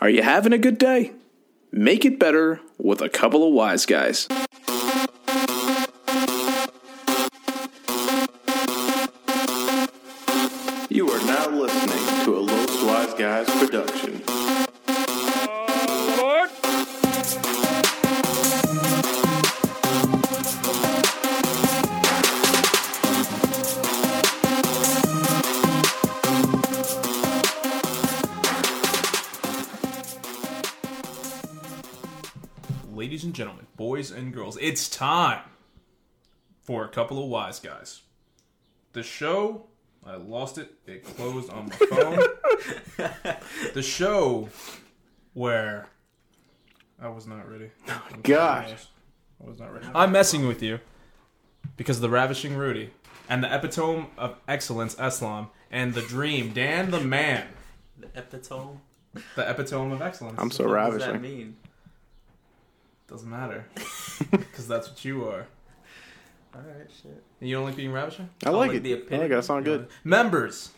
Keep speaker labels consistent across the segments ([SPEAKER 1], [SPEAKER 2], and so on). [SPEAKER 1] Are you having a good day? Make it better with a couple of wise guys.
[SPEAKER 2] You are now listening to a Los Wise Guys production.
[SPEAKER 3] Ladies and gentlemen, boys and girls, it's time for a couple of wise guys. The show, I lost it, it closed on my phone. the show where I was not ready.
[SPEAKER 2] Gosh.
[SPEAKER 3] I was not ready. I'm messing with you because of the ravishing Rudy and the epitome of excellence, Eslam, and the dream, Dan the man,
[SPEAKER 4] The epitome?
[SPEAKER 3] the epitome of excellence.
[SPEAKER 2] I'm so
[SPEAKER 4] What does that
[SPEAKER 2] ravishing.
[SPEAKER 4] mean?
[SPEAKER 3] Doesn't matter because that's what you are.
[SPEAKER 4] Alright, shit.
[SPEAKER 3] And you don't like being ravishing?
[SPEAKER 2] I like
[SPEAKER 4] like
[SPEAKER 2] it.
[SPEAKER 4] the
[SPEAKER 2] I like it.
[SPEAKER 4] epitome.
[SPEAKER 2] That sounds good.
[SPEAKER 3] Members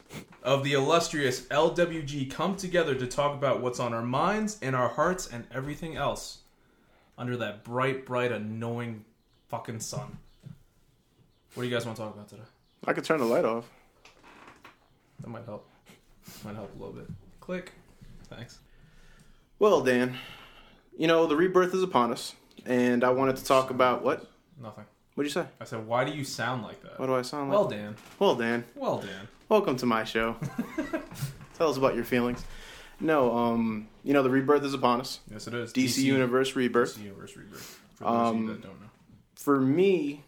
[SPEAKER 3] of the illustrious LWG come together to talk about what's on our minds and our hearts and everything else under that bright, bright, annoying fucking sun. What do you guys want to talk about today?
[SPEAKER 2] I could turn the light off.
[SPEAKER 3] That might help. Might help a little bit. Click. Thanks.
[SPEAKER 2] Well, Dan, you know, the rebirth is upon us, and I wanted to talk about what?
[SPEAKER 3] Nothing.
[SPEAKER 2] What'd you say?
[SPEAKER 3] I said, why do you sound like that?
[SPEAKER 2] What do I sound like?
[SPEAKER 3] Well, Dan.
[SPEAKER 2] well Dan.
[SPEAKER 3] Well, Dan.
[SPEAKER 2] Welcome to my show. Tell us about your feelings. No, um, you know, the rebirth is upon us.
[SPEAKER 3] Yes, it is.
[SPEAKER 2] DC, Universe rebirth.
[SPEAKER 3] DC Universe Rebirth. For those of
[SPEAKER 2] Um,
[SPEAKER 3] you that don't know.
[SPEAKER 2] For me,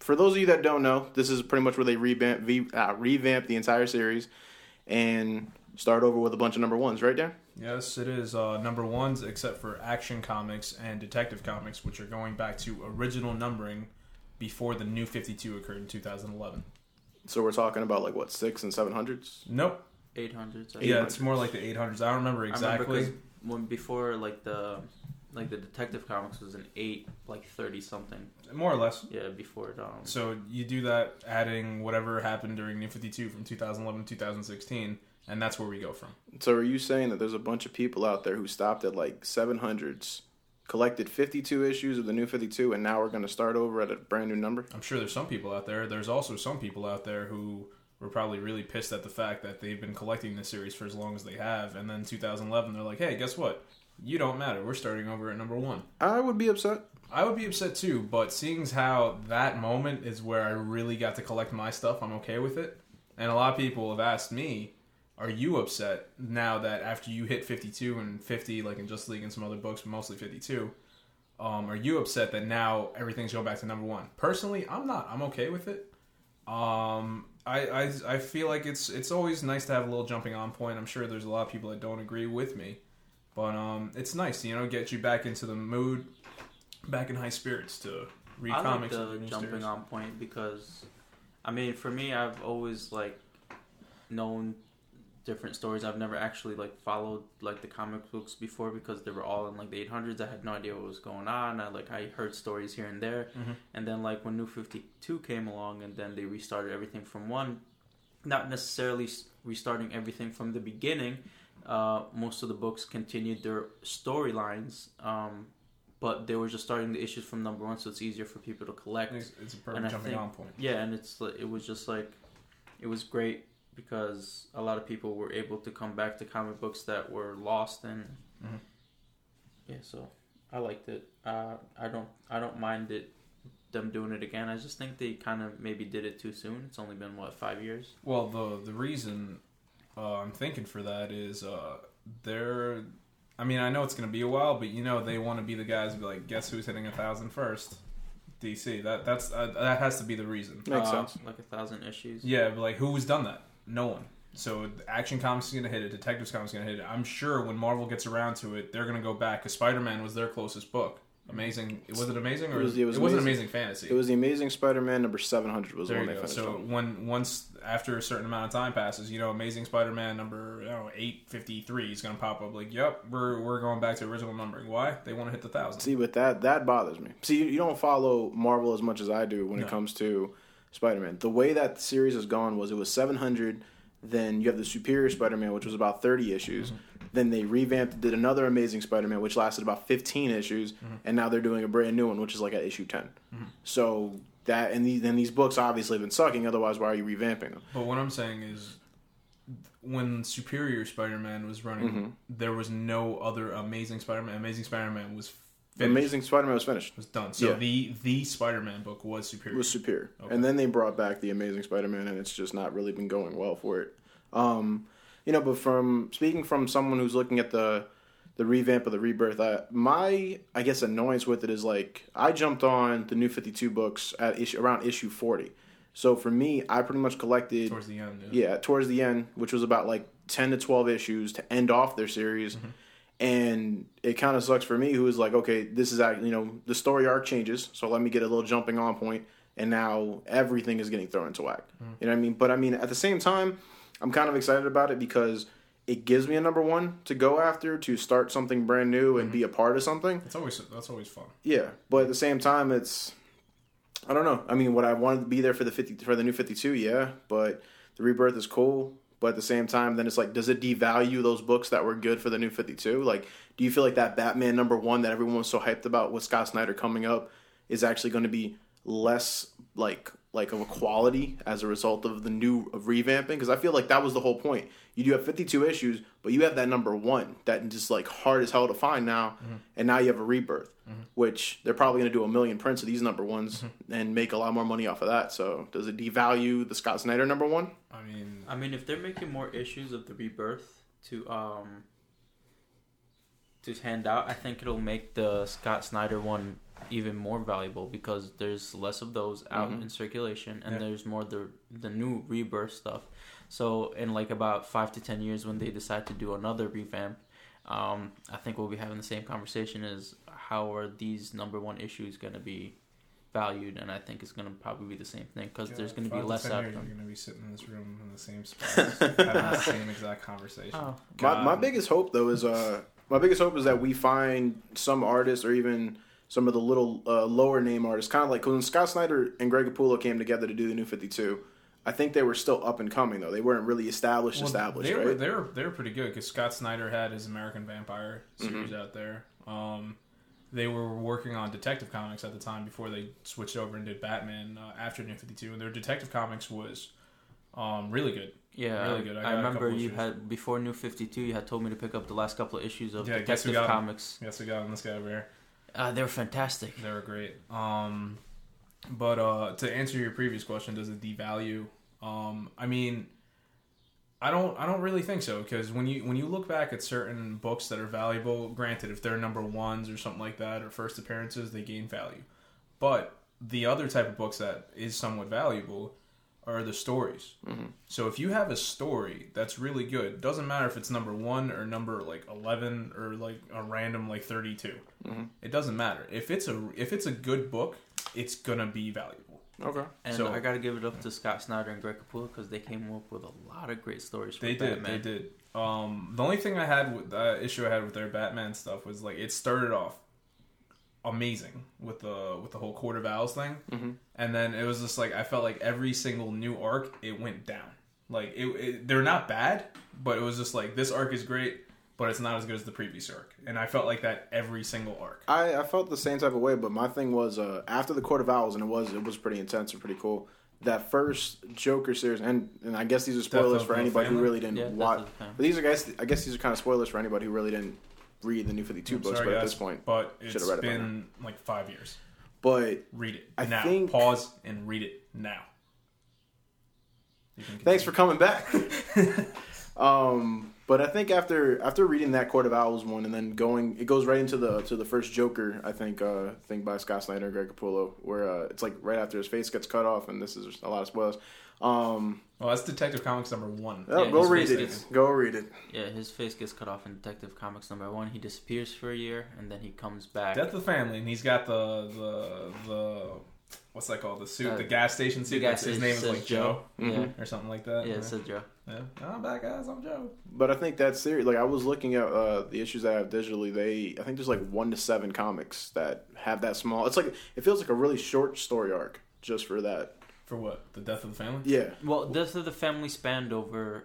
[SPEAKER 2] for those of you that don't know, this is pretty much where they revamp, v, uh, revamp the entire series and start over with a bunch of number ones, right, Dan?
[SPEAKER 3] Yes, it is uh, number ones, except for Action Comics and Detective Comics, which are going back to original numbering before the new 52 occurred in 2011.
[SPEAKER 2] So we're talking about like what six and seven hundreds.
[SPEAKER 3] Nope.
[SPEAKER 4] 800s. I
[SPEAKER 3] Yeah,
[SPEAKER 4] think.
[SPEAKER 3] it's more like the 800s. I don't remember
[SPEAKER 4] I
[SPEAKER 3] exactly.
[SPEAKER 4] remember 'cause when before like the like the detective comics was an eight like thirty something.
[SPEAKER 3] more or less.
[SPEAKER 4] Yeah, before it um
[SPEAKER 3] So you do that, adding whatever happened during New 52 from 2011 to 2016, and that's where we go from.
[SPEAKER 2] So are you saying that there's a bunch of people out there who stopped at like seven hundreds, collected fifty two issues of the new fifty two, and now we're going to start over at a brand new number?
[SPEAKER 3] I'm sure there's some people out there. There's also some people out there who were probably really pissed at the fact that they've been collecting this series for as long as they have, and then 2011 they're like, hey, guess what? You don't matter. We're starting over at number one.
[SPEAKER 2] I would be upset.
[SPEAKER 3] I would be upset too, but seeing as how that moment is where I really got to collect my stuff, I'm okay with it. And a lot of people have asked me, are you upset now that after you hit 52 and 50, like in Just League and some other books, but mostly 52, um, are you upset that now everything's going back to number one? Personally, I'm not. I'm okay with it. Um, I, I, I feel like it's it's always nice to have a little jumping on point. I'm sure there's a lot of people that don't agree with me, but um, it's nice, you know, get you back into the mood, back in high spirits to read
[SPEAKER 4] I like
[SPEAKER 3] comics.
[SPEAKER 4] the
[SPEAKER 3] and
[SPEAKER 4] jumping
[SPEAKER 3] series.
[SPEAKER 4] on point because I mean for me I've always like known different stories. I've never actually like followed like the comic books before because they were all in like the 800s. I had no idea what was going on. I like I heard stories here and there.
[SPEAKER 3] Mhm.
[SPEAKER 4] And then like when New 52 came along and then they restarted everything from one, not necessarily s- restarting everything from the beginning. Uh, most of the books continued their storylines, um, but they were just starting the issues from number one, so it's easier for people to collect.
[SPEAKER 3] It's, it's a
[SPEAKER 4] And
[SPEAKER 3] perfect
[SPEAKER 4] I
[SPEAKER 3] jumping
[SPEAKER 4] think-
[SPEAKER 3] on point.
[SPEAKER 4] Yeah, and it's like- it was just like it was great because a lot of people were able to come back to comic books that were lost and
[SPEAKER 2] Mm-hmm.
[SPEAKER 3] Mhm.
[SPEAKER 4] yeah, so I liked it. Uh, I don't I don't mind it them doing it again. I just think they kind of maybe did it too soon. It's only been what five years.
[SPEAKER 3] Well, the the reason uh, I'm thinking for that is uh, they're. I mean, I know it's going to be a while, but you know they want to be the guys to be like, guess who's hitting a thousand first? DC. That that's uh, that has to be the reason.
[SPEAKER 2] Makes
[SPEAKER 4] Uh,
[SPEAKER 2] sense.
[SPEAKER 4] Like a thousand issues.
[SPEAKER 3] Yeah, but like who's done that? No one. So Action Comics is going to hit it. Detectives Comics is going to hit it. I'm sure when Marvel gets around to it, they're going to go back because Spider Man was their closest book. Amazing. Was it amazing or
[SPEAKER 2] It was- it was
[SPEAKER 3] not
[SPEAKER 2] Amazing.
[SPEAKER 3] amazing fantasy?
[SPEAKER 2] It was the Amazing Spider-Man number seven hundred was the
[SPEAKER 3] There
[SPEAKER 2] one
[SPEAKER 3] you
[SPEAKER 2] they
[SPEAKER 3] go.
[SPEAKER 2] finished.
[SPEAKER 3] So
[SPEAKER 2] on.
[SPEAKER 3] when once after a certain amount of time passes, you know, Amazing Spider-Man number I don't know, eight fifty three is going to pop up. Like, yep, we're we're going back to original numbering. Why? They want to hit the thousand.
[SPEAKER 2] See, with that, that bothers me. See, you, you don't follow Marvel as much as I do when it
[SPEAKER 3] No.
[SPEAKER 2] comes to Spider Man. The way that
[SPEAKER 3] Mm-hmm.
[SPEAKER 2] series has gone was it was 700, then you have the Superior Spider Man, which was about 30 issues, Then they revamped, did another Amazing Spider-Man, which lasted about 15 issues,
[SPEAKER 3] Mm-hmm.
[SPEAKER 2] and now they're doing a brand new one, which is like at issue 10. So that and these, and these books obviously have been sucking. Otherwise, why are you revamping them?
[SPEAKER 3] But what I'm saying is, when Superior Spider-Man was running,
[SPEAKER 2] Mm-hmm.
[SPEAKER 3] there was no other Amazing Spider-Man. Amazing Spider-Man was finished,
[SPEAKER 2] Amazing Spider-Man was finished.
[SPEAKER 3] was done. So
[SPEAKER 2] Yeah.
[SPEAKER 3] the the Spider-Man book was
[SPEAKER 2] It
[SPEAKER 3] Superior.
[SPEAKER 2] was superior.
[SPEAKER 3] Okay.
[SPEAKER 2] And then they brought back the Amazing Spider-Man, and it's just not really been going well for it. Um, you know, but from speaking from someone who's looking at the the revamp of the rebirth, I, my I guess annoyance with it is like I jumped on the new Fifty Two books at issue around issue forty. So for me, I pretty much collected
[SPEAKER 3] towards the end. Yeah.
[SPEAKER 2] yeah towards the end which was about like 10 to 12 issues to end off their series and it kind of sucks for me who is like okay this is act- you know the story arc changes so let me get a little jumping on point and now everything is getting thrown into whack you know what i mean but i mean at the same time i'm kind of excited about it because it gives me a number one to go after to start something brand new and be a part of something
[SPEAKER 3] It's always that's always fun.
[SPEAKER 2] yeah, but at the same time, it's I don't know. I mean, would I wanted to be there for the fifty for the new fifty two? Yeah, but the rebirth is cool. But at the same time, then it's like, does it devalue those books that were good for the new fifty two? Like, do you feel like that Batman number one that everyone was so hyped about with Scott Snyder coming up is actually going to be less like like of a quality as a result of the new of revamping? Because I feel like that was the whole point. You do have fifty two issues, but you have that number one that is just like hard as hell to find now, and now you have a rebirth which they're probably going to do a million prints of these number ones and make a lot more money off of that. So does it devalue the Scott Snyder number one?
[SPEAKER 3] I mean,
[SPEAKER 4] I mean, if they're making more issues of the rebirth to um to hand out, I think it'll make the Scott Snyder one even more valuable because there's less of those out in circulation and
[SPEAKER 3] Yeah.
[SPEAKER 4] there's more the the new rebirth stuff. So in like about five to ten years, when they decide to do another revamp, um, I think we'll be having the same conversation: is how are these number one issues going to be valued? And I think it's going to probably be the same thing because there's going to be less out.
[SPEAKER 3] You're
[SPEAKER 4] of them.
[SPEAKER 3] going to be sitting in this room in the same spot, having the same exact conversation.
[SPEAKER 4] Oh,
[SPEAKER 2] My, my
[SPEAKER 4] God.
[SPEAKER 2] biggest hope though is uh my biggest hope is that we find some artists or even some of the little uh, lower name artists, kind of like 'cause when Scott Snyder and Greg Capullo came together to do the New Fifty Two. I think they were still up and coming though. They weren't really established,
[SPEAKER 3] Well,
[SPEAKER 2] established,
[SPEAKER 3] they
[SPEAKER 2] right?
[SPEAKER 3] were they were they were pretty good because Scott Snyder had his American Vampire
[SPEAKER 2] Mm-hmm.
[SPEAKER 3] series out there. Um, they were working on Detective Comics at the time before they switched over and did Batman uh, after New Fifty Two, and their Detective Comics was um, really good.
[SPEAKER 4] Yeah,
[SPEAKER 3] Really good. I
[SPEAKER 4] I,
[SPEAKER 3] got a
[SPEAKER 4] remember
[SPEAKER 3] couple
[SPEAKER 4] you
[SPEAKER 3] issues.
[SPEAKER 4] had before New Fifty Two. You had told me to pick up the last couple of issues of
[SPEAKER 3] Yeah, guess who
[SPEAKER 4] Detective
[SPEAKER 3] got 'em?
[SPEAKER 4] Comics.
[SPEAKER 3] Yes, we got him. This guy over here.
[SPEAKER 4] Uh, they were fantastic.
[SPEAKER 3] They were great. Um, but uh, to answer your previous question, does it devalue? Um, I mean, I don't. I don't really think so because when you when you look back at certain books that are valuable, granted, if they're number ones or something like that or first appearances, they gain value. But the other type of books that is somewhat valuable are the stories. So if you have a story that's really good, doesn't matter if it's number one or number like eleven or like a random like thirty It doesn't matter if it's a if it's a good book, it's gonna be valuable.
[SPEAKER 2] okay.
[SPEAKER 4] And
[SPEAKER 3] So-
[SPEAKER 4] I gotta give it up to Scott Snyder and Greg Capullo because they came up with a lot of great stories. For
[SPEAKER 3] They did.
[SPEAKER 4] Batman.
[SPEAKER 3] They did. Um, the only thing I had with the issue I had with their Batman stuff was like it started off amazing with the with the whole Court of Owls thing,
[SPEAKER 2] Mm-hmm.
[SPEAKER 3] and then it was just like I felt like every single new arc it went down. Like it, it, they're not bad, but it was just like this arc is great, but it's not as good as the previous arc, and I felt like that every single arc.
[SPEAKER 2] I, I felt the same type of way, but my thing was uh, after the Court of Owls, and it was it was pretty intense and pretty cool. That first Joker series, and, and I guess these are spoilers
[SPEAKER 3] of
[SPEAKER 2] for
[SPEAKER 3] the
[SPEAKER 2] anybody who
[SPEAKER 3] Family?
[SPEAKER 2] really didn't
[SPEAKER 4] Yeah, Death
[SPEAKER 2] watch.
[SPEAKER 4] of the Family.
[SPEAKER 2] But these are guys. I guess these are kind of spoilers for anybody who really didn't read the New Fifty Two
[SPEAKER 3] I'm
[SPEAKER 2] books.
[SPEAKER 3] sorry,
[SPEAKER 2] but at
[SPEAKER 3] guys,
[SPEAKER 2] this point,
[SPEAKER 3] but
[SPEAKER 2] Should've
[SPEAKER 3] it's
[SPEAKER 2] read it by
[SPEAKER 3] been like five years.
[SPEAKER 2] but
[SPEAKER 3] Read it
[SPEAKER 2] I
[SPEAKER 3] now.
[SPEAKER 2] think-
[SPEAKER 3] Pause and read it now. You can
[SPEAKER 2] thanks for coming back. um, but I think after after reading that Court of Owls one, and then going, it goes right into the to the first Joker. I think uh, thing by Scott Snyder and Greg Capullo, where uh, it's like right after his face gets cut off, and this is a lot of spoilers. Um,
[SPEAKER 3] Well, that's Detective Comics number one.
[SPEAKER 2] oh,
[SPEAKER 4] Yeah,
[SPEAKER 2] go
[SPEAKER 4] his
[SPEAKER 2] read
[SPEAKER 4] face
[SPEAKER 2] it.
[SPEAKER 4] gets-
[SPEAKER 2] Go read it.
[SPEAKER 4] Yeah, his face gets cut off in Detective Comics number one. He disappears for a year and then he comes back.
[SPEAKER 3] Death of the Family, and he's got the the the what's that called? The suit,
[SPEAKER 4] Uh,
[SPEAKER 3] the gas station
[SPEAKER 4] the
[SPEAKER 3] suit.
[SPEAKER 4] guy
[SPEAKER 3] that's-
[SPEAKER 4] says-
[SPEAKER 3] his name is
[SPEAKER 4] says
[SPEAKER 3] like Joe.
[SPEAKER 4] Yeah,
[SPEAKER 3] or something like that.
[SPEAKER 4] yeah, it says Joe.
[SPEAKER 3] yeah. I'm back, guys. I'm Joe.
[SPEAKER 2] But I think that series, like I was looking at uh, the issues that I have digitally, they I think there's like one to seven comics that have that small. It's like it feels like a really short story arc just for that.
[SPEAKER 3] For what? The Death of the Family.
[SPEAKER 2] Yeah,
[SPEAKER 4] Well, Death of the Family spanned over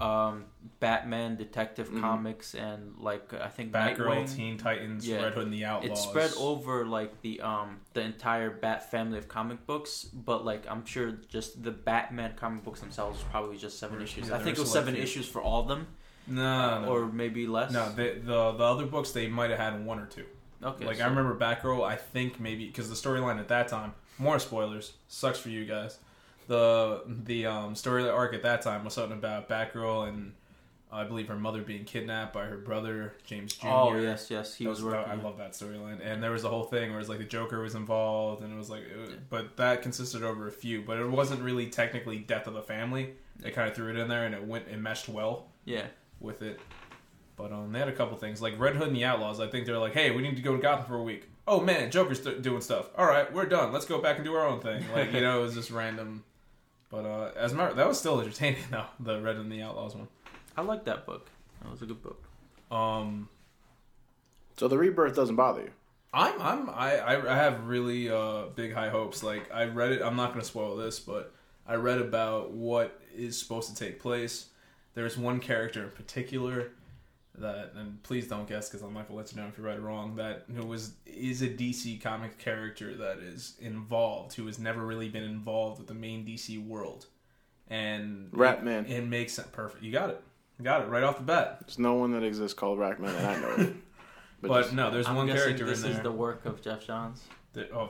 [SPEAKER 4] um, Batman, Detective Comics, and like I think
[SPEAKER 3] Batgirl,
[SPEAKER 4] Nightwing.
[SPEAKER 3] Teen Titans,
[SPEAKER 4] Yeah.
[SPEAKER 3] Red Hood, and the Outlaws.
[SPEAKER 4] It spread over like the um the entire Bat family of comic books, but like I'm sure just the Batman comic books themselves was probably just seven
[SPEAKER 3] Yeah,
[SPEAKER 4] issues.
[SPEAKER 3] there
[SPEAKER 4] I think it
[SPEAKER 3] were
[SPEAKER 4] was seven
[SPEAKER 3] select few.
[SPEAKER 4] issues for all of them,
[SPEAKER 3] No, no,
[SPEAKER 4] or maybe less.
[SPEAKER 3] no. The, the the other books they might have had one or two.
[SPEAKER 4] okay.
[SPEAKER 3] like
[SPEAKER 4] so-
[SPEAKER 3] I remember Batgirl. I think maybe because the storyline at that time, more spoilers. Sucks for you guys. The the um, story arc at that time was something about Batgirl and uh, I believe her mother being kidnapped by her brother James Jr.
[SPEAKER 4] Oh yes, yes, he
[SPEAKER 3] That
[SPEAKER 4] was,
[SPEAKER 3] was-
[SPEAKER 4] working.
[SPEAKER 3] I love that storyline, and there was the whole thing where it's like the Joker was involved, and it was like, it was- but that consisted over a few, but it wasn't really technically death of the family. They kind of threw it in there, and it went it meshed well
[SPEAKER 4] yeah,
[SPEAKER 3] with it. But um, they had a couple things like Red Hood and the Outlaws. I think they're like, hey, we need to go to Gotham for a week. Oh man, Joker's th- doing stuff. All right, we're done. Let's go back and do our own thing. Like you know, it was just random. But uh, as a matter, that was still entertaining though. The Red Hood and the Outlaws one.
[SPEAKER 4] I like that book. That was a good book.
[SPEAKER 3] Um,
[SPEAKER 2] So the rebirth doesn't bother you.
[SPEAKER 3] I'm I'm I I I have really uh big high hopes. Like I read it. I'm not gonna spoil this, but I read about what is supposed to take place. There's one character in particular that, and please don't guess because I'm not gonna let you know if you're right or wrong. That who was is a DC comic character that is involved, who has never really been involved with the main DC world, and
[SPEAKER 2] Ratman.
[SPEAKER 3] It, makes sense. Perfect. You got it. You got it right off the bat.
[SPEAKER 2] There's no one that exists called Rackman, and I know it.
[SPEAKER 3] But,
[SPEAKER 2] just-
[SPEAKER 3] no, there's
[SPEAKER 4] I'm
[SPEAKER 3] one
[SPEAKER 4] guessing
[SPEAKER 3] character
[SPEAKER 4] this
[SPEAKER 3] in there.
[SPEAKER 4] is the work of Jeff Johns
[SPEAKER 3] that- oh,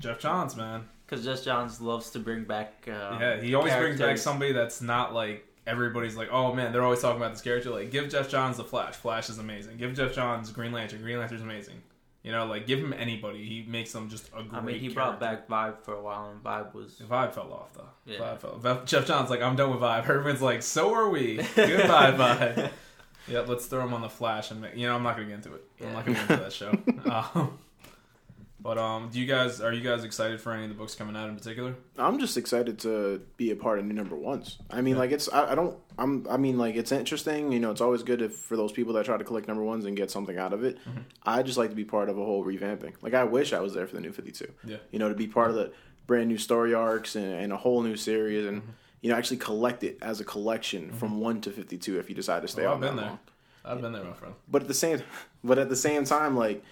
[SPEAKER 3] Jeff Johns, man.
[SPEAKER 4] because Jeff Johns loves to bring back. Uh,
[SPEAKER 3] Yeah, he always brings back
[SPEAKER 4] characters.
[SPEAKER 3] somebody that's not like everybody's like, oh man, they're always talking about this character. Like, give Jeff Johns the Flash. Flash is amazing. Give Jeff Johns Green Lantern. Green Lantern's amazing. You know, like give him anybody. He makes them just a great.
[SPEAKER 4] I mean, he
[SPEAKER 3] character.
[SPEAKER 4] brought back Vibe for a while, and Vibe was
[SPEAKER 3] The Vibe fell off though.
[SPEAKER 4] Yeah.
[SPEAKER 3] Vibe fell. Vibe- Jeff Johns like, I'm done with Vibe. Everyone's like, so are we. Goodbye, Vibe. Yeah, let's throw him on the Flash and make, you know I'm not gonna get into it. I'm not gonna get into that show. Um, but um, do you guys are you guys excited for any of the books coming out in particular?
[SPEAKER 2] I'm just excited to be a part of new number ones. I mean, like it's I, I don't I'm I mean like it's interesting. You know, it's always good if, for those people that try to collect number ones and get something out of it.
[SPEAKER 3] Mm-hmm.
[SPEAKER 2] I just like to be part of a whole revamping. Like I wish I was there for the new Fifty Two.
[SPEAKER 3] Yeah.
[SPEAKER 2] You know, to be part of the brand new story arcs and, and a whole new series, and
[SPEAKER 3] Mm-hmm.
[SPEAKER 2] you know actually collect it as a collection from one to Fifty Two if you decide to stay
[SPEAKER 3] Well,
[SPEAKER 2] on
[SPEAKER 3] Mm-hmm. Oh, I've been
[SPEAKER 2] that
[SPEAKER 3] there.
[SPEAKER 2] long.
[SPEAKER 3] I've been there, my friend.
[SPEAKER 2] But at the same, but at the same time, like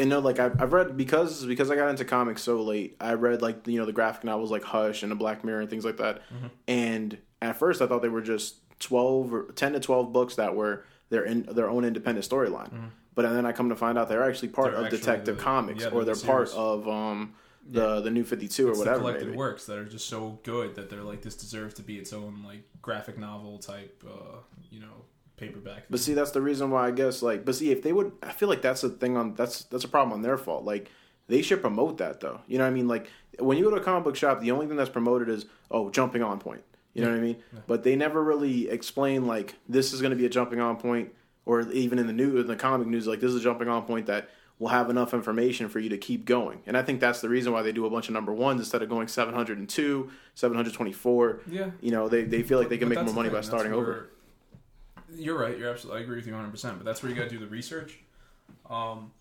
[SPEAKER 2] you know, like I've, I've read because because I got into comics so late. I read like you know the graphic novels like Hush and the Black Mirror and things like that.
[SPEAKER 3] Mm-hmm.
[SPEAKER 2] And at first, I thought they were just twelve or ten to twelve books that were their in their own independent storyline. But then I come to find out they're actually part
[SPEAKER 3] Mm-hmm. They're
[SPEAKER 2] of
[SPEAKER 3] actually
[SPEAKER 2] Detective
[SPEAKER 3] the-
[SPEAKER 2] Comics
[SPEAKER 3] yeah,
[SPEAKER 2] or
[SPEAKER 3] they're
[SPEAKER 2] they're
[SPEAKER 3] the
[SPEAKER 2] part
[SPEAKER 3] series.
[SPEAKER 2] of um the the New Fifty Two or
[SPEAKER 3] It's the
[SPEAKER 2] whatever.
[SPEAKER 3] collected
[SPEAKER 2] maybe.
[SPEAKER 3] works that are just so good that they're like this deserves to be its own like graphic novel type, uh, you know, paperback.
[SPEAKER 2] But see, that's the reason why I guess like, but see, if they would, I feel like that's a thing on that's that's a problem on their fault. Like they should promote that though. You know what I mean? Like when you go to a comic book shop, the only thing that's promoted is oh jumping on point. You know what I mean? But they never really explain like this is going to be a jumping on point, or even in the new in the comic news like this is a jumping on point that will have enough information for you to keep going. And I think that's the reason why they do a bunch of number ones instead of going 702, 724.
[SPEAKER 3] Yeah.
[SPEAKER 2] You know, they, they feel like they
[SPEAKER 3] But
[SPEAKER 2] can make
[SPEAKER 3] that's
[SPEAKER 2] more
[SPEAKER 3] the
[SPEAKER 2] money
[SPEAKER 3] thing,
[SPEAKER 2] by
[SPEAKER 3] that's
[SPEAKER 2] starting
[SPEAKER 3] where-
[SPEAKER 2] over.
[SPEAKER 3] You're right. You're absolutely. I agree with you 100. percent But that's where you got to do the research. Um,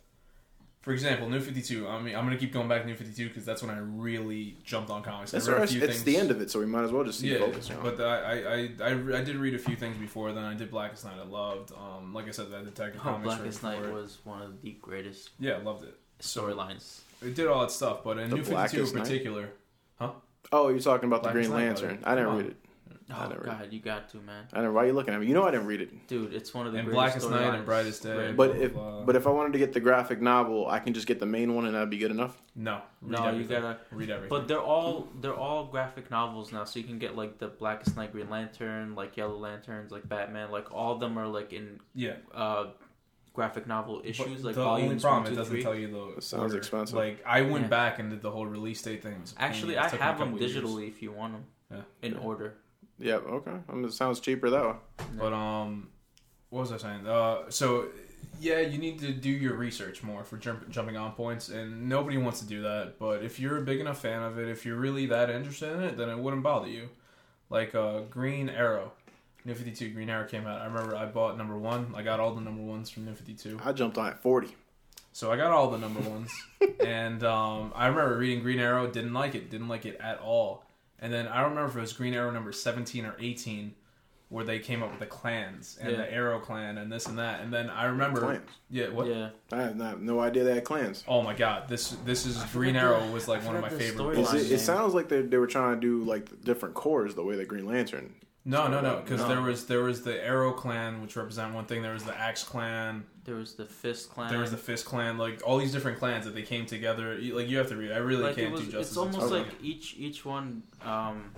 [SPEAKER 3] for example, New 52. I mean, I'm gonna keep going back to New 52 because that's when I really jumped on comics. I
[SPEAKER 2] It's,
[SPEAKER 3] read a
[SPEAKER 2] it's
[SPEAKER 3] few things-
[SPEAKER 2] the end of it, so we might as well just see
[SPEAKER 3] Yeah,
[SPEAKER 2] focus on.
[SPEAKER 3] but I, I, I, I did read a few things before. Then I did Blackest Night. I loved. Um, like I said, that Detective
[SPEAKER 4] Oh,
[SPEAKER 3] Comics.
[SPEAKER 4] Blackest
[SPEAKER 3] right
[SPEAKER 4] Night
[SPEAKER 3] before it.
[SPEAKER 4] was one of the greatest
[SPEAKER 3] Yeah, I loved it.
[SPEAKER 4] storylines.
[SPEAKER 3] It did all that stuff, but in
[SPEAKER 2] The
[SPEAKER 3] New 52 in
[SPEAKER 2] Blackest Night?
[SPEAKER 3] particular,
[SPEAKER 2] oh, you're talking about the
[SPEAKER 3] Black
[SPEAKER 2] Green
[SPEAKER 3] is Night,
[SPEAKER 2] Lantern.
[SPEAKER 3] buddy.
[SPEAKER 2] I didn't
[SPEAKER 3] Come
[SPEAKER 2] read
[SPEAKER 3] on.
[SPEAKER 2] it. I
[SPEAKER 4] Oh
[SPEAKER 2] never-
[SPEAKER 4] God, you got to man,
[SPEAKER 2] I didn't. Why are you looking at me? You know I didn't read it.
[SPEAKER 4] dude. It's one of the
[SPEAKER 3] And
[SPEAKER 4] greatest
[SPEAKER 3] Blackest Night and
[SPEAKER 4] storylines.
[SPEAKER 3] Brightest Day.
[SPEAKER 4] Right.
[SPEAKER 2] But if
[SPEAKER 3] Blah.
[SPEAKER 2] but if I wanted to get the graphic novel, I can just get the main one, and that'd be good enough.
[SPEAKER 3] no, read
[SPEAKER 4] No, you
[SPEAKER 3] everything.
[SPEAKER 4] gotta-
[SPEAKER 3] read everything.
[SPEAKER 4] But they're all they're all graphic novels now, so you can get like the Blackest Night, Green Lantern, like Yellow Lanterns, like Batman, like all of them are like in
[SPEAKER 3] yeah,
[SPEAKER 4] uh, graphic novel issues.
[SPEAKER 3] But
[SPEAKER 4] like
[SPEAKER 3] the
[SPEAKER 4] volumes
[SPEAKER 3] only problem
[SPEAKER 4] one,
[SPEAKER 3] it
[SPEAKER 4] two,
[SPEAKER 3] doesn't
[SPEAKER 4] three.
[SPEAKER 3] tell you the
[SPEAKER 2] That sounds
[SPEAKER 3] order.
[SPEAKER 2] expensive.
[SPEAKER 3] Like I went
[SPEAKER 4] Yeah.
[SPEAKER 3] back and did the whole release date thing. It was a pain.
[SPEAKER 4] Actually,
[SPEAKER 3] It
[SPEAKER 4] I
[SPEAKER 3] took me a
[SPEAKER 4] have them
[SPEAKER 3] couple years.
[SPEAKER 4] digitally if you want them
[SPEAKER 3] Yeah.
[SPEAKER 4] in
[SPEAKER 3] Yeah.
[SPEAKER 4] order.
[SPEAKER 2] Yeah. Okay. I mean, it sounds cheaper that way.
[SPEAKER 3] But um, what was I saying? Uh, so yeah, you need to do your research more for jump, jumping on points, and nobody wants to do that. But if you're a big enough fan of it, if you're really that interested in it, then it wouldn't bother you. Like uh, Green Arrow, New Fifty Two Green Arrow came out. I remember I bought number one. I got all the number ones from New Fifty Two.
[SPEAKER 2] I jumped on at forty.
[SPEAKER 3] So I got all the number ones, and um, I remember reading Green Arrow. Didn't like it. Didn't like it at all. And then I don't remember if it was Green Arrow number seventeen or eighteen, where they came up with the clans and
[SPEAKER 4] Yeah.
[SPEAKER 3] the Arrow clan and this and that. And then I remember,
[SPEAKER 2] Clans?
[SPEAKER 3] yeah, what?
[SPEAKER 4] Yeah.
[SPEAKER 2] I have not, no idea they had clans.
[SPEAKER 3] Oh my god, this this is Green
[SPEAKER 4] forgot
[SPEAKER 3] Arrow
[SPEAKER 4] the-
[SPEAKER 3] was
[SPEAKER 4] I
[SPEAKER 3] like one of my
[SPEAKER 4] forgot the
[SPEAKER 3] favorite.
[SPEAKER 4] storyline.
[SPEAKER 3] books.
[SPEAKER 2] Is it,
[SPEAKER 4] Same.
[SPEAKER 2] it sounds like they, they were trying to do like different cores the way that Green Lantern.
[SPEAKER 3] No, no, no, because
[SPEAKER 4] No.
[SPEAKER 3] there was there was the Arrow clan, which represent one thing. There was the Axe clan.
[SPEAKER 4] There was the Fist Clan.
[SPEAKER 3] There was the Fist clan. Like all these different clans that they came together. You- Like you have to read. it. I really
[SPEAKER 4] like
[SPEAKER 3] can't
[SPEAKER 4] it was,
[SPEAKER 3] do justice.
[SPEAKER 4] It's almost
[SPEAKER 3] explaining
[SPEAKER 4] like each each one. Um,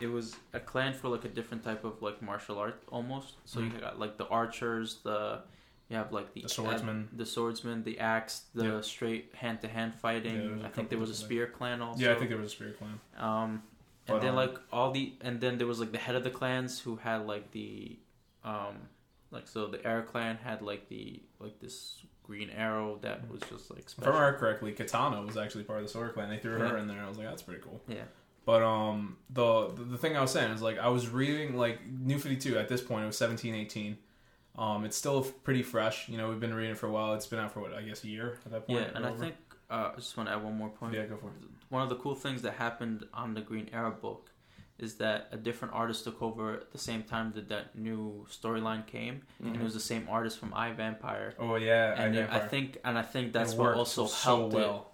[SPEAKER 4] it was a clan for like a different type of like martial art almost. So you got like the archers, the you have like the,
[SPEAKER 3] Mm-hmm. The swordsman.
[SPEAKER 4] the swordsman, the axe, the
[SPEAKER 3] Yeah.
[SPEAKER 4] straight hand to hand
[SPEAKER 3] Yeah, there
[SPEAKER 4] fighting.
[SPEAKER 3] was a
[SPEAKER 4] I
[SPEAKER 3] couple
[SPEAKER 4] think there was a
[SPEAKER 3] different
[SPEAKER 4] spear clan
[SPEAKER 3] it.
[SPEAKER 4] also.
[SPEAKER 3] yeah, I think there was a Spirit clan.
[SPEAKER 4] Um,
[SPEAKER 3] But,
[SPEAKER 4] and then
[SPEAKER 3] um,
[SPEAKER 4] like all the and then there was like the head of the clans who had like the, um, like so the air clan had like the like this green arrow that
[SPEAKER 3] Mm-hmm.
[SPEAKER 4] was just like
[SPEAKER 3] If I
[SPEAKER 4] special.
[SPEAKER 3] remember correctly, Katana was actually part of the Sword Clan. They threw her
[SPEAKER 4] Yeah.
[SPEAKER 3] in there, and I was like, "That's pretty cool."
[SPEAKER 4] Yeah.
[SPEAKER 3] But um, the the thing I was saying is like I was reading like New Fifty Two at this point. It was seventeen, eighteen. Um, it's still pretty fresh. You know, we've been reading it for a while. It's been out for what I guess a year at that point.
[SPEAKER 4] Yeah,
[SPEAKER 3] or
[SPEAKER 4] and I
[SPEAKER 3] over.
[SPEAKER 4] think uh, I just want to add one more point.
[SPEAKER 3] yeah, go for it.
[SPEAKER 4] One of the cool things that happened on the Green Arrow book is that a different artist took over at the same time that that new storyline came, and it was the same artist from I Vampire.
[SPEAKER 3] Oh Mm-hmm. yeah,
[SPEAKER 4] And
[SPEAKER 3] I,
[SPEAKER 4] I think, and I think that's
[SPEAKER 3] It
[SPEAKER 4] what
[SPEAKER 3] worked
[SPEAKER 4] also
[SPEAKER 3] so
[SPEAKER 4] helped
[SPEAKER 3] well.
[SPEAKER 4] it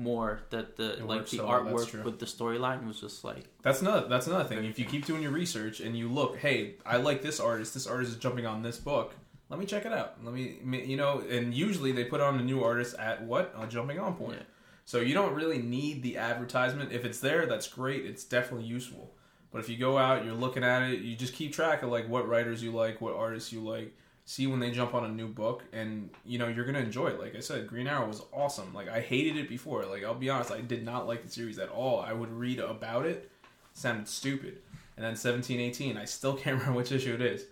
[SPEAKER 4] more. That the
[SPEAKER 3] It
[SPEAKER 4] like
[SPEAKER 3] worked
[SPEAKER 4] the
[SPEAKER 3] so well, that's
[SPEAKER 4] artwork
[SPEAKER 3] true.
[SPEAKER 4] with the storyline was just like
[SPEAKER 3] That's another. That's another thing. If you keep doing your research and you look, hey, I like this artist. This artist is jumping on this book. Let me check it out. Let me, me- you know. And usually they put on a new artist at what a jumping on point.
[SPEAKER 4] Yeah.
[SPEAKER 3] So you don't really need the advertisement. If it's there, that's great. It's definitely useful. But if you go out, you're looking at it. You just keep track of like what writers you like, what artists you like. See when they jump on a new book, and you know you're gonna enjoy it. Like I said, Green Arrow was awesome. Like I hated it before. Like I'll be honest, I did not like the series at all. I would read about it sounded stupid. And then seventeen, eighteen, I still can't remember which issue it is.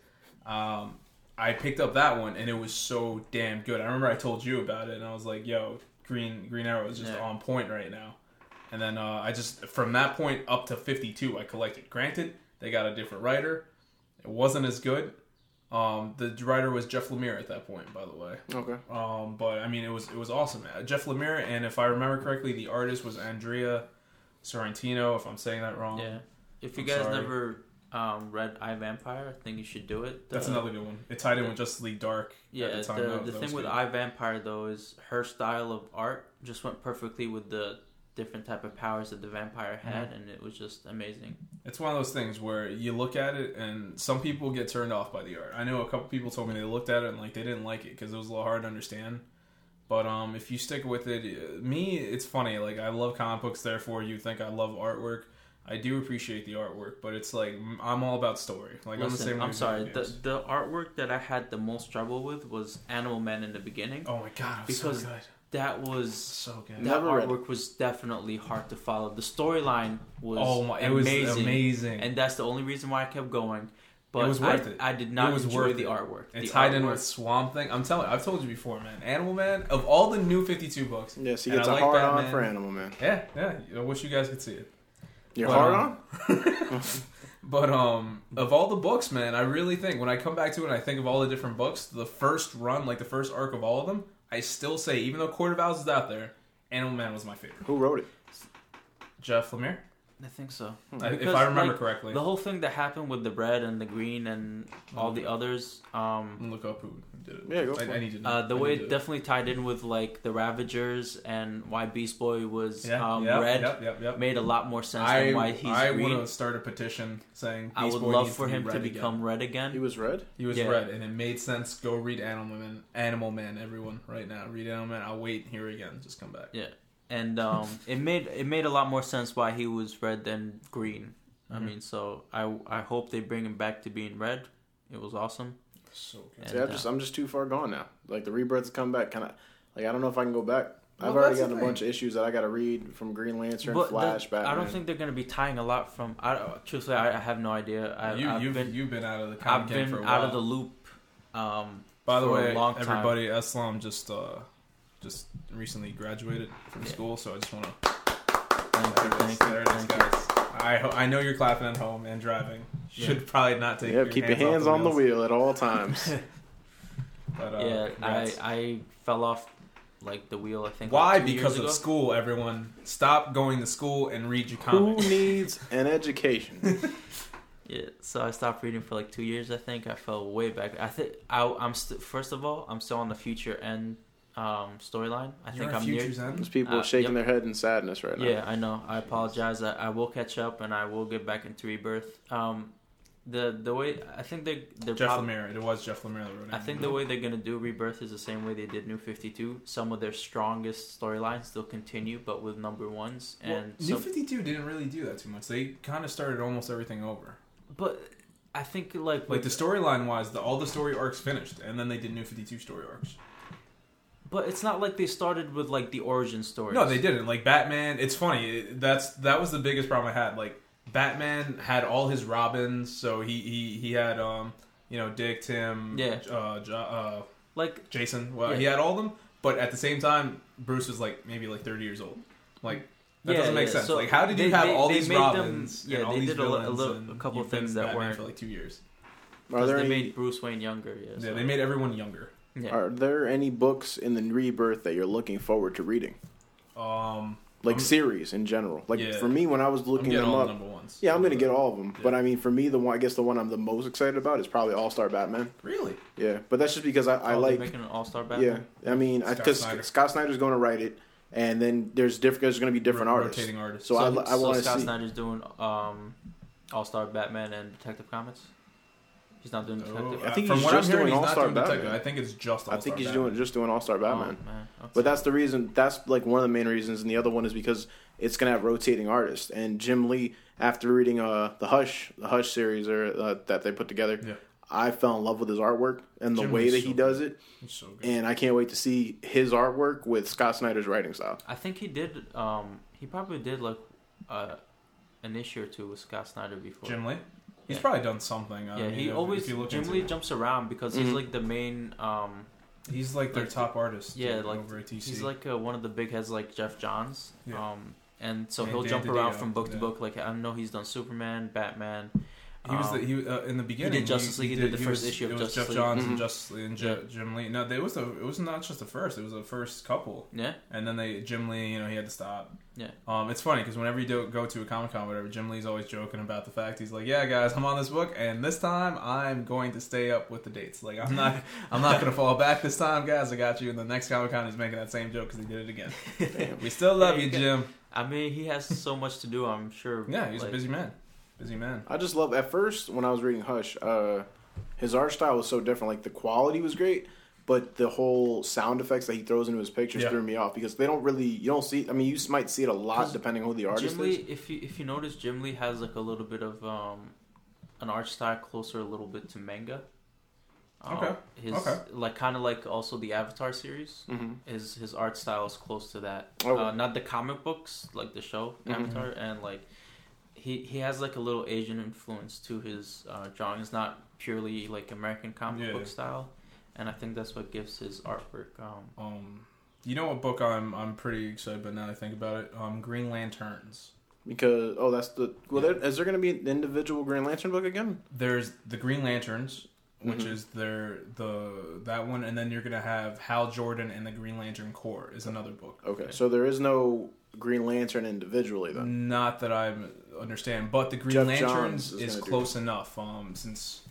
[SPEAKER 3] Um, I picked up that one and it was so damn good. I remember I told you about it and I was like, yo, Green Green Arrow is just
[SPEAKER 4] Yeah.
[SPEAKER 3] on point right now. And then uh, I just, from that point up to 52, I collected. Granted, they got a different writer. It wasn't as good. Um, the writer was Jeff Lemire at that point, by the way.
[SPEAKER 2] Okay.
[SPEAKER 3] Um, but I mean, it was it was awesome. Uh, Jeff Lemire, and if I remember correctly, the artist was Andrea Sorrentino. If I'm saying that wrong,
[SPEAKER 4] yeah. oh, If you
[SPEAKER 3] I'm
[SPEAKER 4] guys
[SPEAKER 3] sorry.
[SPEAKER 4] never um, read I Vampire, I think you should do it.
[SPEAKER 3] That's
[SPEAKER 4] The-
[SPEAKER 3] another good one. It tied in with Justice League Dark.
[SPEAKER 4] Yeah,
[SPEAKER 3] at the time.
[SPEAKER 4] the,
[SPEAKER 3] That was-
[SPEAKER 4] the
[SPEAKER 3] that
[SPEAKER 4] thing
[SPEAKER 3] was
[SPEAKER 4] with
[SPEAKER 3] good.
[SPEAKER 4] I Vampire though is her style of art just went perfectly with the different type of powers that the vampire
[SPEAKER 3] Mm-hmm.
[SPEAKER 4] had, and it was just amazing.
[SPEAKER 3] it's one of those things where you look at it and some people get turned off by the art. I know a couple people told me they looked at it and like they didn't like it because it was a little hard to understand. But um, if you stick with it, uh, me, it's funny. Like I love comic books, therefore you think I love artwork. I do appreciate the artwork, but it's like m- I'm all about story. Like I'm the
[SPEAKER 4] Listen,
[SPEAKER 3] same.
[SPEAKER 4] I'm,
[SPEAKER 3] way with
[SPEAKER 4] sorry.
[SPEAKER 3] video
[SPEAKER 4] The
[SPEAKER 3] games.
[SPEAKER 4] the artwork that I had the most trouble with was Animal Man in the beginning.
[SPEAKER 3] oh my god, it was
[SPEAKER 4] Because-
[SPEAKER 3] so good,
[SPEAKER 4] That was
[SPEAKER 3] so good.
[SPEAKER 4] that
[SPEAKER 2] Never read it.
[SPEAKER 4] artwork was definitely hard to follow. The storyline was
[SPEAKER 3] oh my, it was
[SPEAKER 4] amazing,
[SPEAKER 3] amazing.
[SPEAKER 4] and that's the only reason why I kept going. But
[SPEAKER 3] was worth
[SPEAKER 4] I,
[SPEAKER 3] it.
[SPEAKER 4] I did not
[SPEAKER 3] It was
[SPEAKER 4] enjoy
[SPEAKER 3] worth
[SPEAKER 4] the
[SPEAKER 3] it.
[SPEAKER 4] artwork.
[SPEAKER 3] It
[SPEAKER 4] the
[SPEAKER 3] tied in
[SPEAKER 4] artwork-
[SPEAKER 3] with Swamp Thing. I'm telling. I've told you before, man. Animal Man. Of all the new Fifty Two books,
[SPEAKER 2] Yes, he
[SPEAKER 3] and
[SPEAKER 2] gets
[SPEAKER 3] I
[SPEAKER 2] a
[SPEAKER 3] like
[SPEAKER 2] hard
[SPEAKER 3] that,
[SPEAKER 2] on
[SPEAKER 3] man.
[SPEAKER 2] for Animal Man.
[SPEAKER 3] Yeah, yeah. I wish you guys could see it.
[SPEAKER 2] You're
[SPEAKER 3] But,
[SPEAKER 2] hard
[SPEAKER 3] um,
[SPEAKER 2] on.
[SPEAKER 3] But um, of all the books, man, I really think when I come back to it, and I think of all the different books. The first run, like the first arc of all of them, I still say, even though Court of Owls is out there, Animal Man was my favorite.
[SPEAKER 2] Who wrote it?
[SPEAKER 3] Jeff Lemire,
[SPEAKER 4] I think so.
[SPEAKER 2] Mm.
[SPEAKER 3] I- if
[SPEAKER 4] Because,
[SPEAKER 3] I remember
[SPEAKER 4] like,
[SPEAKER 3] correctly.
[SPEAKER 4] The whole thing that happened with the bread and the green and all
[SPEAKER 3] Mm-hmm.
[SPEAKER 4] the others, um,
[SPEAKER 3] I'm gonna look up who did it.
[SPEAKER 2] Yeah, go
[SPEAKER 3] I,
[SPEAKER 2] for
[SPEAKER 3] I
[SPEAKER 2] it.
[SPEAKER 3] need to know.
[SPEAKER 4] uh, the
[SPEAKER 3] Mm-hmm. I
[SPEAKER 4] way
[SPEAKER 3] need
[SPEAKER 4] it
[SPEAKER 3] to-
[SPEAKER 4] definitely tied in with like the Ravagers and why Beast Boy was
[SPEAKER 3] yeah,
[SPEAKER 4] um,
[SPEAKER 3] yep,
[SPEAKER 4] red
[SPEAKER 3] Yep, yep, yep.
[SPEAKER 4] made a lot more sense
[SPEAKER 3] I
[SPEAKER 4] than why he's
[SPEAKER 3] I
[SPEAKER 4] green.
[SPEAKER 3] want to start a petition saying
[SPEAKER 4] I
[SPEAKER 3] Beast
[SPEAKER 4] would
[SPEAKER 3] Boy
[SPEAKER 4] love
[SPEAKER 3] needs
[SPEAKER 4] for
[SPEAKER 3] be
[SPEAKER 4] him to
[SPEAKER 3] red again.
[SPEAKER 4] become red
[SPEAKER 2] He
[SPEAKER 4] again.
[SPEAKER 2] was red.
[SPEAKER 3] He was
[SPEAKER 4] Yeah.
[SPEAKER 3] red, and it made sense. Go read Animal Man, Animal Man, everyone, right now. Read Animal Man. I'll wait here again. Just come back.
[SPEAKER 4] And um, it made it made a lot more sense why he was red than green. I
[SPEAKER 3] Mhm.
[SPEAKER 4] mean, so I I hope they bring him back to being red. It was awesome. uh,
[SPEAKER 3] So
[SPEAKER 4] Yeah.
[SPEAKER 3] good.
[SPEAKER 2] See, I'm just I'm just too far gone now. Like the rebirths come back, kind of. Like I don't know if I can go back. I've
[SPEAKER 3] Well, that's
[SPEAKER 2] already
[SPEAKER 3] the
[SPEAKER 2] gotten a
[SPEAKER 3] thing.
[SPEAKER 2] bunch of issues that I got to read from Green Lantern,
[SPEAKER 4] But
[SPEAKER 2] Flash,
[SPEAKER 4] that-
[SPEAKER 2] Batman.
[SPEAKER 4] I don't think they're gonna be tying a lot from. I don't- truthfully, I, I have no idea. I,
[SPEAKER 3] you,
[SPEAKER 4] I've
[SPEAKER 3] you've
[SPEAKER 4] been
[SPEAKER 3] been, you've been out of the
[SPEAKER 4] I've
[SPEAKER 3] comic game
[SPEAKER 4] been
[SPEAKER 3] for a while.
[SPEAKER 4] out of the loop. Um,
[SPEAKER 3] By the
[SPEAKER 4] for a
[SPEAKER 3] way,
[SPEAKER 4] long time.
[SPEAKER 3] everybody, Eslam just uh, just recently graduated from school, so I just want to.
[SPEAKER 4] thank you, thank you,
[SPEAKER 3] There it is,
[SPEAKER 4] thank you.
[SPEAKER 3] guys. I ho- I know you're clapping at home and driving. Should probably not take.
[SPEAKER 2] Yeah, keep your hands
[SPEAKER 3] off
[SPEAKER 2] on the wheel at all times.
[SPEAKER 3] wheel. But, uh,
[SPEAKER 4] Yeah, I,
[SPEAKER 3] congrats.
[SPEAKER 4] I fell off like the wheel. I think.
[SPEAKER 3] Why?
[SPEAKER 4] like, two years
[SPEAKER 3] Because of
[SPEAKER 4] ago.
[SPEAKER 3] school. Everyone, stop going to school and read your
[SPEAKER 2] Who
[SPEAKER 3] comics.
[SPEAKER 2] needs an education?
[SPEAKER 4] Yeah, so I stopped reading for like two years. I think I fell way back. I think I, I'm st- first of all, I'm still on the future end um, storyline. I
[SPEAKER 3] You're
[SPEAKER 4] think
[SPEAKER 3] on
[SPEAKER 4] I'm near.
[SPEAKER 3] Futures End?
[SPEAKER 2] Those people
[SPEAKER 4] Uh,
[SPEAKER 2] shaking
[SPEAKER 4] yep.
[SPEAKER 2] their head in sadness right now.
[SPEAKER 4] Yeah, I know. I apologize. I, I will catch up and I will get back into rebirth. Um, the the way I think they they're
[SPEAKER 3] Jeff
[SPEAKER 4] prob-
[SPEAKER 3] Lemire. It was Jeff Lemire that wrote it.
[SPEAKER 4] I think the way they're gonna do Rebirth is the same way they did New Fifty Two. Some of their strongest storylines still continue, but with number ones
[SPEAKER 3] Well,
[SPEAKER 4] and
[SPEAKER 3] New
[SPEAKER 4] some.
[SPEAKER 3] Fifty Two didn't really do that too much. They kind of started almost everything over.
[SPEAKER 4] But I think like
[SPEAKER 3] Like
[SPEAKER 4] with
[SPEAKER 3] the storyline wise, the, all the story arcs finished, and then they did New Fifty Two story arcs.
[SPEAKER 4] but it's not like they started with like the origin story.
[SPEAKER 3] No, they didn't. Like Batman, it's funny. it- That's that was the biggest problem I had. Like Batman had all his Robins, so he he, he had um you know Dick, Tim,
[SPEAKER 4] Yeah.
[SPEAKER 3] uh, jo- uh
[SPEAKER 4] like
[SPEAKER 3] Jason. Well, he
[SPEAKER 4] Yeah.
[SPEAKER 3] had all of them, but at the same time, Bruce was like maybe like thirty years old. Like that
[SPEAKER 4] Yeah,
[SPEAKER 3] doesn't make
[SPEAKER 4] yeah.
[SPEAKER 3] sense.
[SPEAKER 4] So
[SPEAKER 3] like how did you
[SPEAKER 4] they-
[SPEAKER 3] have
[SPEAKER 4] they-
[SPEAKER 3] all
[SPEAKER 4] they
[SPEAKER 3] these
[SPEAKER 4] made them-
[SPEAKER 3] Robins?
[SPEAKER 4] yeah,
[SPEAKER 3] and all
[SPEAKER 4] they
[SPEAKER 3] these
[SPEAKER 4] did a li- a
[SPEAKER 3] villains
[SPEAKER 4] little-
[SPEAKER 3] and
[SPEAKER 4] a couple
[SPEAKER 3] you've
[SPEAKER 4] things
[SPEAKER 3] been
[SPEAKER 4] that
[SPEAKER 3] Batman
[SPEAKER 4] weren't-
[SPEAKER 3] for like two years.
[SPEAKER 2] Are there
[SPEAKER 4] they
[SPEAKER 2] any?
[SPEAKER 4] made Bruce Wayne younger. Yeah,
[SPEAKER 3] Yeah,
[SPEAKER 4] so-
[SPEAKER 3] they made everyone younger.
[SPEAKER 4] yeah.
[SPEAKER 2] Are there any books in the rebirth that you're looking forward to reading?
[SPEAKER 3] Um,
[SPEAKER 2] Like
[SPEAKER 3] I'm-
[SPEAKER 2] series in general. Like
[SPEAKER 3] Yeah.
[SPEAKER 2] for me, when I was
[SPEAKER 3] I'm
[SPEAKER 2] looking
[SPEAKER 3] getting
[SPEAKER 2] them
[SPEAKER 3] all the
[SPEAKER 2] up,
[SPEAKER 3] number ones.
[SPEAKER 2] yeah, I'm gonna get all of them. But
[SPEAKER 3] Yeah.
[SPEAKER 2] I mean, for me, the one I guess the one I'm the most excited about is probably All Star Batman.
[SPEAKER 3] Really?
[SPEAKER 2] Yeah, but that's just because I, I
[SPEAKER 4] Oh, they're
[SPEAKER 2] like
[SPEAKER 4] making an All Star Batman.
[SPEAKER 2] Yeah, I mean,
[SPEAKER 3] Scott
[SPEAKER 2] because
[SPEAKER 3] Snyder.
[SPEAKER 2] Scott Snyder's going to write it, and then there's different. There's going to be different
[SPEAKER 3] Ro-
[SPEAKER 2] artists.
[SPEAKER 3] rotating artists.
[SPEAKER 2] So, I, I
[SPEAKER 4] so
[SPEAKER 2] want to
[SPEAKER 4] Scott
[SPEAKER 2] see.
[SPEAKER 4] Snyder's doing um, All Star Batman and Detective Comics. He's not
[SPEAKER 3] Oh,
[SPEAKER 4] doing Detective.
[SPEAKER 2] I think
[SPEAKER 3] from
[SPEAKER 2] he's
[SPEAKER 3] what
[SPEAKER 2] just
[SPEAKER 3] I'm hearing,
[SPEAKER 2] doing
[SPEAKER 3] he's not
[SPEAKER 2] All-Star
[SPEAKER 3] doing detective.
[SPEAKER 2] Batman.
[SPEAKER 3] I think it's just.
[SPEAKER 2] I
[SPEAKER 3] All-Star
[SPEAKER 2] think he's
[SPEAKER 3] Batman.
[SPEAKER 2] doing just doing All Star Batman.
[SPEAKER 4] Oh, man. Okay.
[SPEAKER 2] But that's the reason. That's like one of the main reasons, and the other one is because it's going to have rotating artists. And Jim Lee, after reading uh the Hush, the Hush series or uh, that they put together,
[SPEAKER 3] Yeah.
[SPEAKER 2] I fell in love with his artwork and the
[SPEAKER 3] Jim
[SPEAKER 2] way
[SPEAKER 3] Lee's
[SPEAKER 2] that
[SPEAKER 3] so
[SPEAKER 2] he does it.
[SPEAKER 3] He's so good.
[SPEAKER 2] And I can't wait to see his artwork with Scott Snyder's writing style.
[SPEAKER 4] I think he did. Um, he probably did like uh, an issue or two with Scott Snyder before.
[SPEAKER 3] Jim Lee. He's
[SPEAKER 4] Yeah.
[SPEAKER 3] probably done something. I
[SPEAKER 4] yeah,
[SPEAKER 3] mean,
[SPEAKER 4] he
[SPEAKER 3] if-
[SPEAKER 4] always
[SPEAKER 3] if you look
[SPEAKER 4] Jim
[SPEAKER 3] into
[SPEAKER 4] Lee
[SPEAKER 3] it.
[SPEAKER 4] jumps around because
[SPEAKER 2] Mhm.
[SPEAKER 4] he's like the main. Um,
[SPEAKER 3] He's like their
[SPEAKER 4] like,
[SPEAKER 3] top artist.
[SPEAKER 4] yeah,
[SPEAKER 3] like,
[SPEAKER 4] like,
[SPEAKER 3] over at TC.
[SPEAKER 4] he's like uh, one of the big heads, like Jeff Johns.
[SPEAKER 3] Yeah.
[SPEAKER 4] Um, and so
[SPEAKER 3] And
[SPEAKER 4] he'll
[SPEAKER 3] Dan
[SPEAKER 4] jump around
[SPEAKER 3] DiDio,
[SPEAKER 4] from book to
[SPEAKER 3] yeah.
[SPEAKER 4] book. Like I know he's done Superman, Batman.
[SPEAKER 3] he was
[SPEAKER 4] um,
[SPEAKER 3] the, he uh, in the beginning.
[SPEAKER 4] Justice League, he did the first
[SPEAKER 3] was-
[SPEAKER 4] issue of
[SPEAKER 3] it was
[SPEAKER 4] Justice
[SPEAKER 3] Jeff
[SPEAKER 4] League. Mm-hmm.
[SPEAKER 3] Johns
[SPEAKER 2] Mhm.
[SPEAKER 3] and Justice Lee and Je- Jim Lee. No, they was the, it was not just the first. It was the first couple,
[SPEAKER 4] yeah,
[SPEAKER 3] and then they Jim Lee. You know, he had to stop.
[SPEAKER 4] Yeah.
[SPEAKER 3] Um, it's funny because whenever you do, go to a comic con, whatever, Jim Lee's always joking about the fact he's like, "Yeah, guys, I'm on this book, and this time I'm going to stay up with the dates. Like, I'm not, I'm not gonna fall back this time, guys. I got you." And the next comic con, he's making that same joke because he did it again. we still love
[SPEAKER 4] Yeah,
[SPEAKER 3] you,
[SPEAKER 4] you
[SPEAKER 3] Jim.
[SPEAKER 4] I mean he has so much to do. I'm sure.
[SPEAKER 3] Yeah, he's
[SPEAKER 4] like,
[SPEAKER 3] a busy man. Busy man.
[SPEAKER 2] I just love at first when I was reading Hush, uh, his art style was so different. Like the quality was great, but the whole sound effects that he throws into his pictures
[SPEAKER 3] Yeah.
[SPEAKER 2] threw me off because they don't really you don't see. I mean, you might see it a lot
[SPEAKER 4] 'Cause
[SPEAKER 2] depending on who the artist
[SPEAKER 4] Jim Lee,
[SPEAKER 2] is.
[SPEAKER 4] if you if you notice, Jim Lee has like a little bit of um, an art style closer a little bit to manga. Um,
[SPEAKER 3] Okay.
[SPEAKER 4] His
[SPEAKER 3] Okay.
[SPEAKER 4] like kind of like also the Avatar series.
[SPEAKER 2] Mm-hmm.
[SPEAKER 4] His his art style is close to that.
[SPEAKER 2] Oh.
[SPEAKER 4] Uh, not the comic books like the show
[SPEAKER 2] Mhm.
[SPEAKER 4] Avatar and like he he has like a little Asian influence to his uh, drawing. It's not purely like American comic
[SPEAKER 3] Yeah.
[SPEAKER 4] book style, and I think that's what gives his artwork. Um,
[SPEAKER 3] Um, you know what book I'm I'm pretty excited about now that I think about it? Um, Green Lanterns.
[SPEAKER 2] Because oh, that's the well. There, is there going to be an individual Green Lantern book again?
[SPEAKER 3] There's the Green Lanterns, which
[SPEAKER 2] Mhm.
[SPEAKER 3] is their the that one, and then you're gonna have Hal Jordan and the Green Lantern Corps is another book.
[SPEAKER 2] Okay,
[SPEAKER 4] Okay.
[SPEAKER 2] so there is no Green Lantern individually
[SPEAKER 3] Mm.
[SPEAKER 2] then.
[SPEAKER 3] Not that I understand, but the Green
[SPEAKER 2] Jeff
[SPEAKER 3] Lanterns
[SPEAKER 2] Johns is
[SPEAKER 3] is,
[SPEAKER 2] gonna do
[SPEAKER 3] close enough. Um, since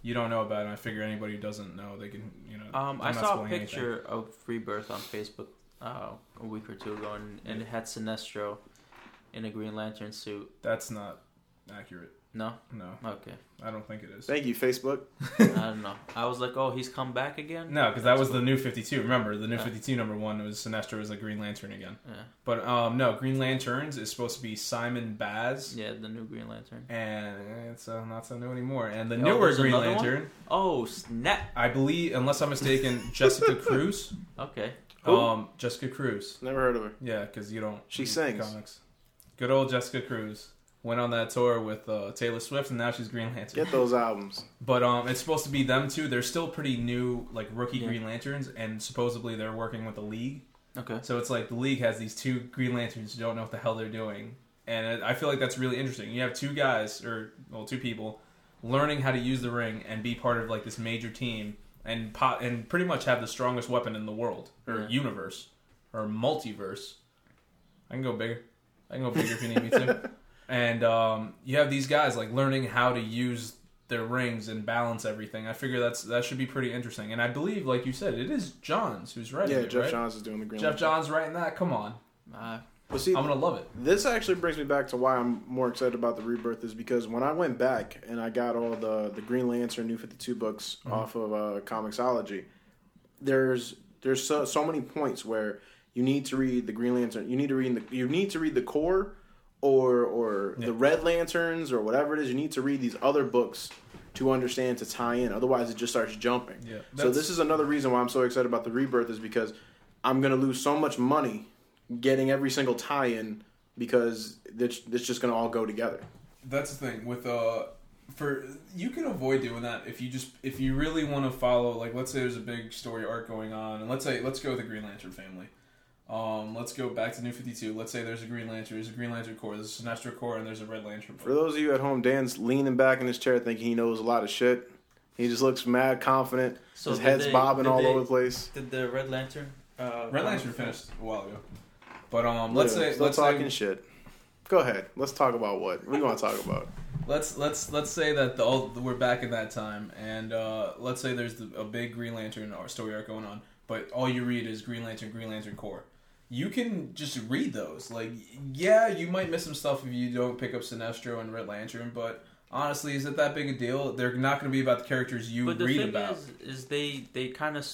[SPEAKER 3] you don't know about it, I figure anybody who doesn't know they can you know.
[SPEAKER 4] Um,
[SPEAKER 3] I'm
[SPEAKER 4] I
[SPEAKER 3] not
[SPEAKER 4] saw a
[SPEAKER 3] spoiling anything.
[SPEAKER 4] picture of Rebirth on Facebook uh, a week or two ago, and, and it had Sinestro in a Green Lantern suit.
[SPEAKER 3] That's not accurate.
[SPEAKER 4] No,
[SPEAKER 3] No,
[SPEAKER 4] okay,
[SPEAKER 3] I don't think it is.
[SPEAKER 2] Thank you, Facebook.
[SPEAKER 4] I don't know. I was like, oh, he's come back again.
[SPEAKER 3] No, because that
[SPEAKER 4] That's
[SPEAKER 3] was the
[SPEAKER 4] cool.
[SPEAKER 3] new 52. Remember, the new
[SPEAKER 4] Yeah.
[SPEAKER 3] 52 number one was Sinestro was a Green Lantern again.
[SPEAKER 4] Yeah,
[SPEAKER 3] But um, no, Green Lanterns is supposed to be Simon Baz,
[SPEAKER 4] yeah, the new Green Lantern.
[SPEAKER 3] and it's uh, not so new anymore. And the
[SPEAKER 4] Oh,
[SPEAKER 3] newer
[SPEAKER 4] there's
[SPEAKER 3] Green
[SPEAKER 4] another one?
[SPEAKER 3] Lantern,
[SPEAKER 4] Oh snap!
[SPEAKER 3] I believe, unless I'm mistaken, Jessica Cruz.
[SPEAKER 4] Okay,
[SPEAKER 2] Who?
[SPEAKER 3] Um, Jessica Cruz.
[SPEAKER 2] Never heard of her.
[SPEAKER 3] Yeah, because you don't.
[SPEAKER 2] She
[SPEAKER 3] read
[SPEAKER 2] sings.
[SPEAKER 3] comics. Good old Jessica Cruz went on that tour with uh, Taylor Swift, and now she's Green Lantern.
[SPEAKER 2] Get those albums.
[SPEAKER 3] But um, it's supposed to be them too. They're still pretty new, like rookie
[SPEAKER 4] Yeah.
[SPEAKER 3] Green Lanterns, and supposedly they're working with the League.
[SPEAKER 4] okay.
[SPEAKER 3] So it's like the league has these two Green Lanterns who don't know what the hell they're doing, and I feel like that's really interesting. You have two guys or well, two people learning how to use the ring and be part of like this major team and po- and pretty much have the strongest weapon in the world or
[SPEAKER 4] Yeah.
[SPEAKER 3] universe or multiverse. I can go bigger. I can go bigger if you need me to. and um, you have these guys like learning how to use their rings and balance everything. I figure that's that should be pretty interesting. And I believe, like you said, it is Johns who's writing.
[SPEAKER 2] Yeah,
[SPEAKER 3] it,
[SPEAKER 2] Jeff
[SPEAKER 3] right?
[SPEAKER 2] Johns is doing the Green
[SPEAKER 3] Jeff
[SPEAKER 2] Lantern.
[SPEAKER 3] Johns writing that. Come on, uh,
[SPEAKER 2] But see,
[SPEAKER 3] I'm gonna love it.
[SPEAKER 2] this actually brings me back to why I'm more excited about the rebirth is because when I went back and I got all the the Green Lantern New Fifty Two books off of uh, Comixology, there's there's so, so many points where you need to read the Green Lantern, you need to read the you need to read the core, or or the Red Lanterns or whatever it is. You need to read these other books to understand to tie in. Otherwise, it just starts jumping.
[SPEAKER 3] Yeah.
[SPEAKER 2] So
[SPEAKER 3] That's-
[SPEAKER 2] this is another reason why I'm so excited about the rebirth is because I'm gonna lose so much money getting every single tie-in because it's, it's just gonna all go together.
[SPEAKER 3] That's the thing with uh for you can avoid doing that if you just if you really want to follow like let's say there's a big story arc going on and let's say let's go with the Green Lantern family. Um, let's go back to New Fifty Two. Let's say there's a Green Lantern, there's a Green Lantern Corps, there's a Sinestro Corps, and there's a Red Lantern.
[SPEAKER 2] For those of you at home, Dan's leaning back in his chair thinking he knows a lot of shit. He just looks mad confident.
[SPEAKER 4] So
[SPEAKER 2] his
[SPEAKER 4] did
[SPEAKER 2] head's
[SPEAKER 4] they-
[SPEAKER 2] bobbing
[SPEAKER 4] did
[SPEAKER 2] all
[SPEAKER 4] they-
[SPEAKER 2] over the place.
[SPEAKER 4] Did the Red Lantern? Uh,
[SPEAKER 3] Red
[SPEAKER 4] um,
[SPEAKER 3] Lantern finished a while ago, but um, let's say
[SPEAKER 2] Anyways,
[SPEAKER 3] let's
[SPEAKER 2] stop
[SPEAKER 3] say,
[SPEAKER 2] talking shit. Go ahead. Let's talk about what we want to talk about.
[SPEAKER 3] let's let's let's say that the all, we're back in that time, and uh, let's say there's the, a big Green Lantern or story arc going on, but all you read is Green Lantern, Green Lantern Corps. You can just read those. Like, yeah, you might miss some stuff if you don't pick up Sinestro and Red Lantern, but honestly, is it that big a deal? They're not going to be about the characters you
[SPEAKER 4] But the
[SPEAKER 3] read
[SPEAKER 4] thing
[SPEAKER 3] about.
[SPEAKER 4] is, is they they kind of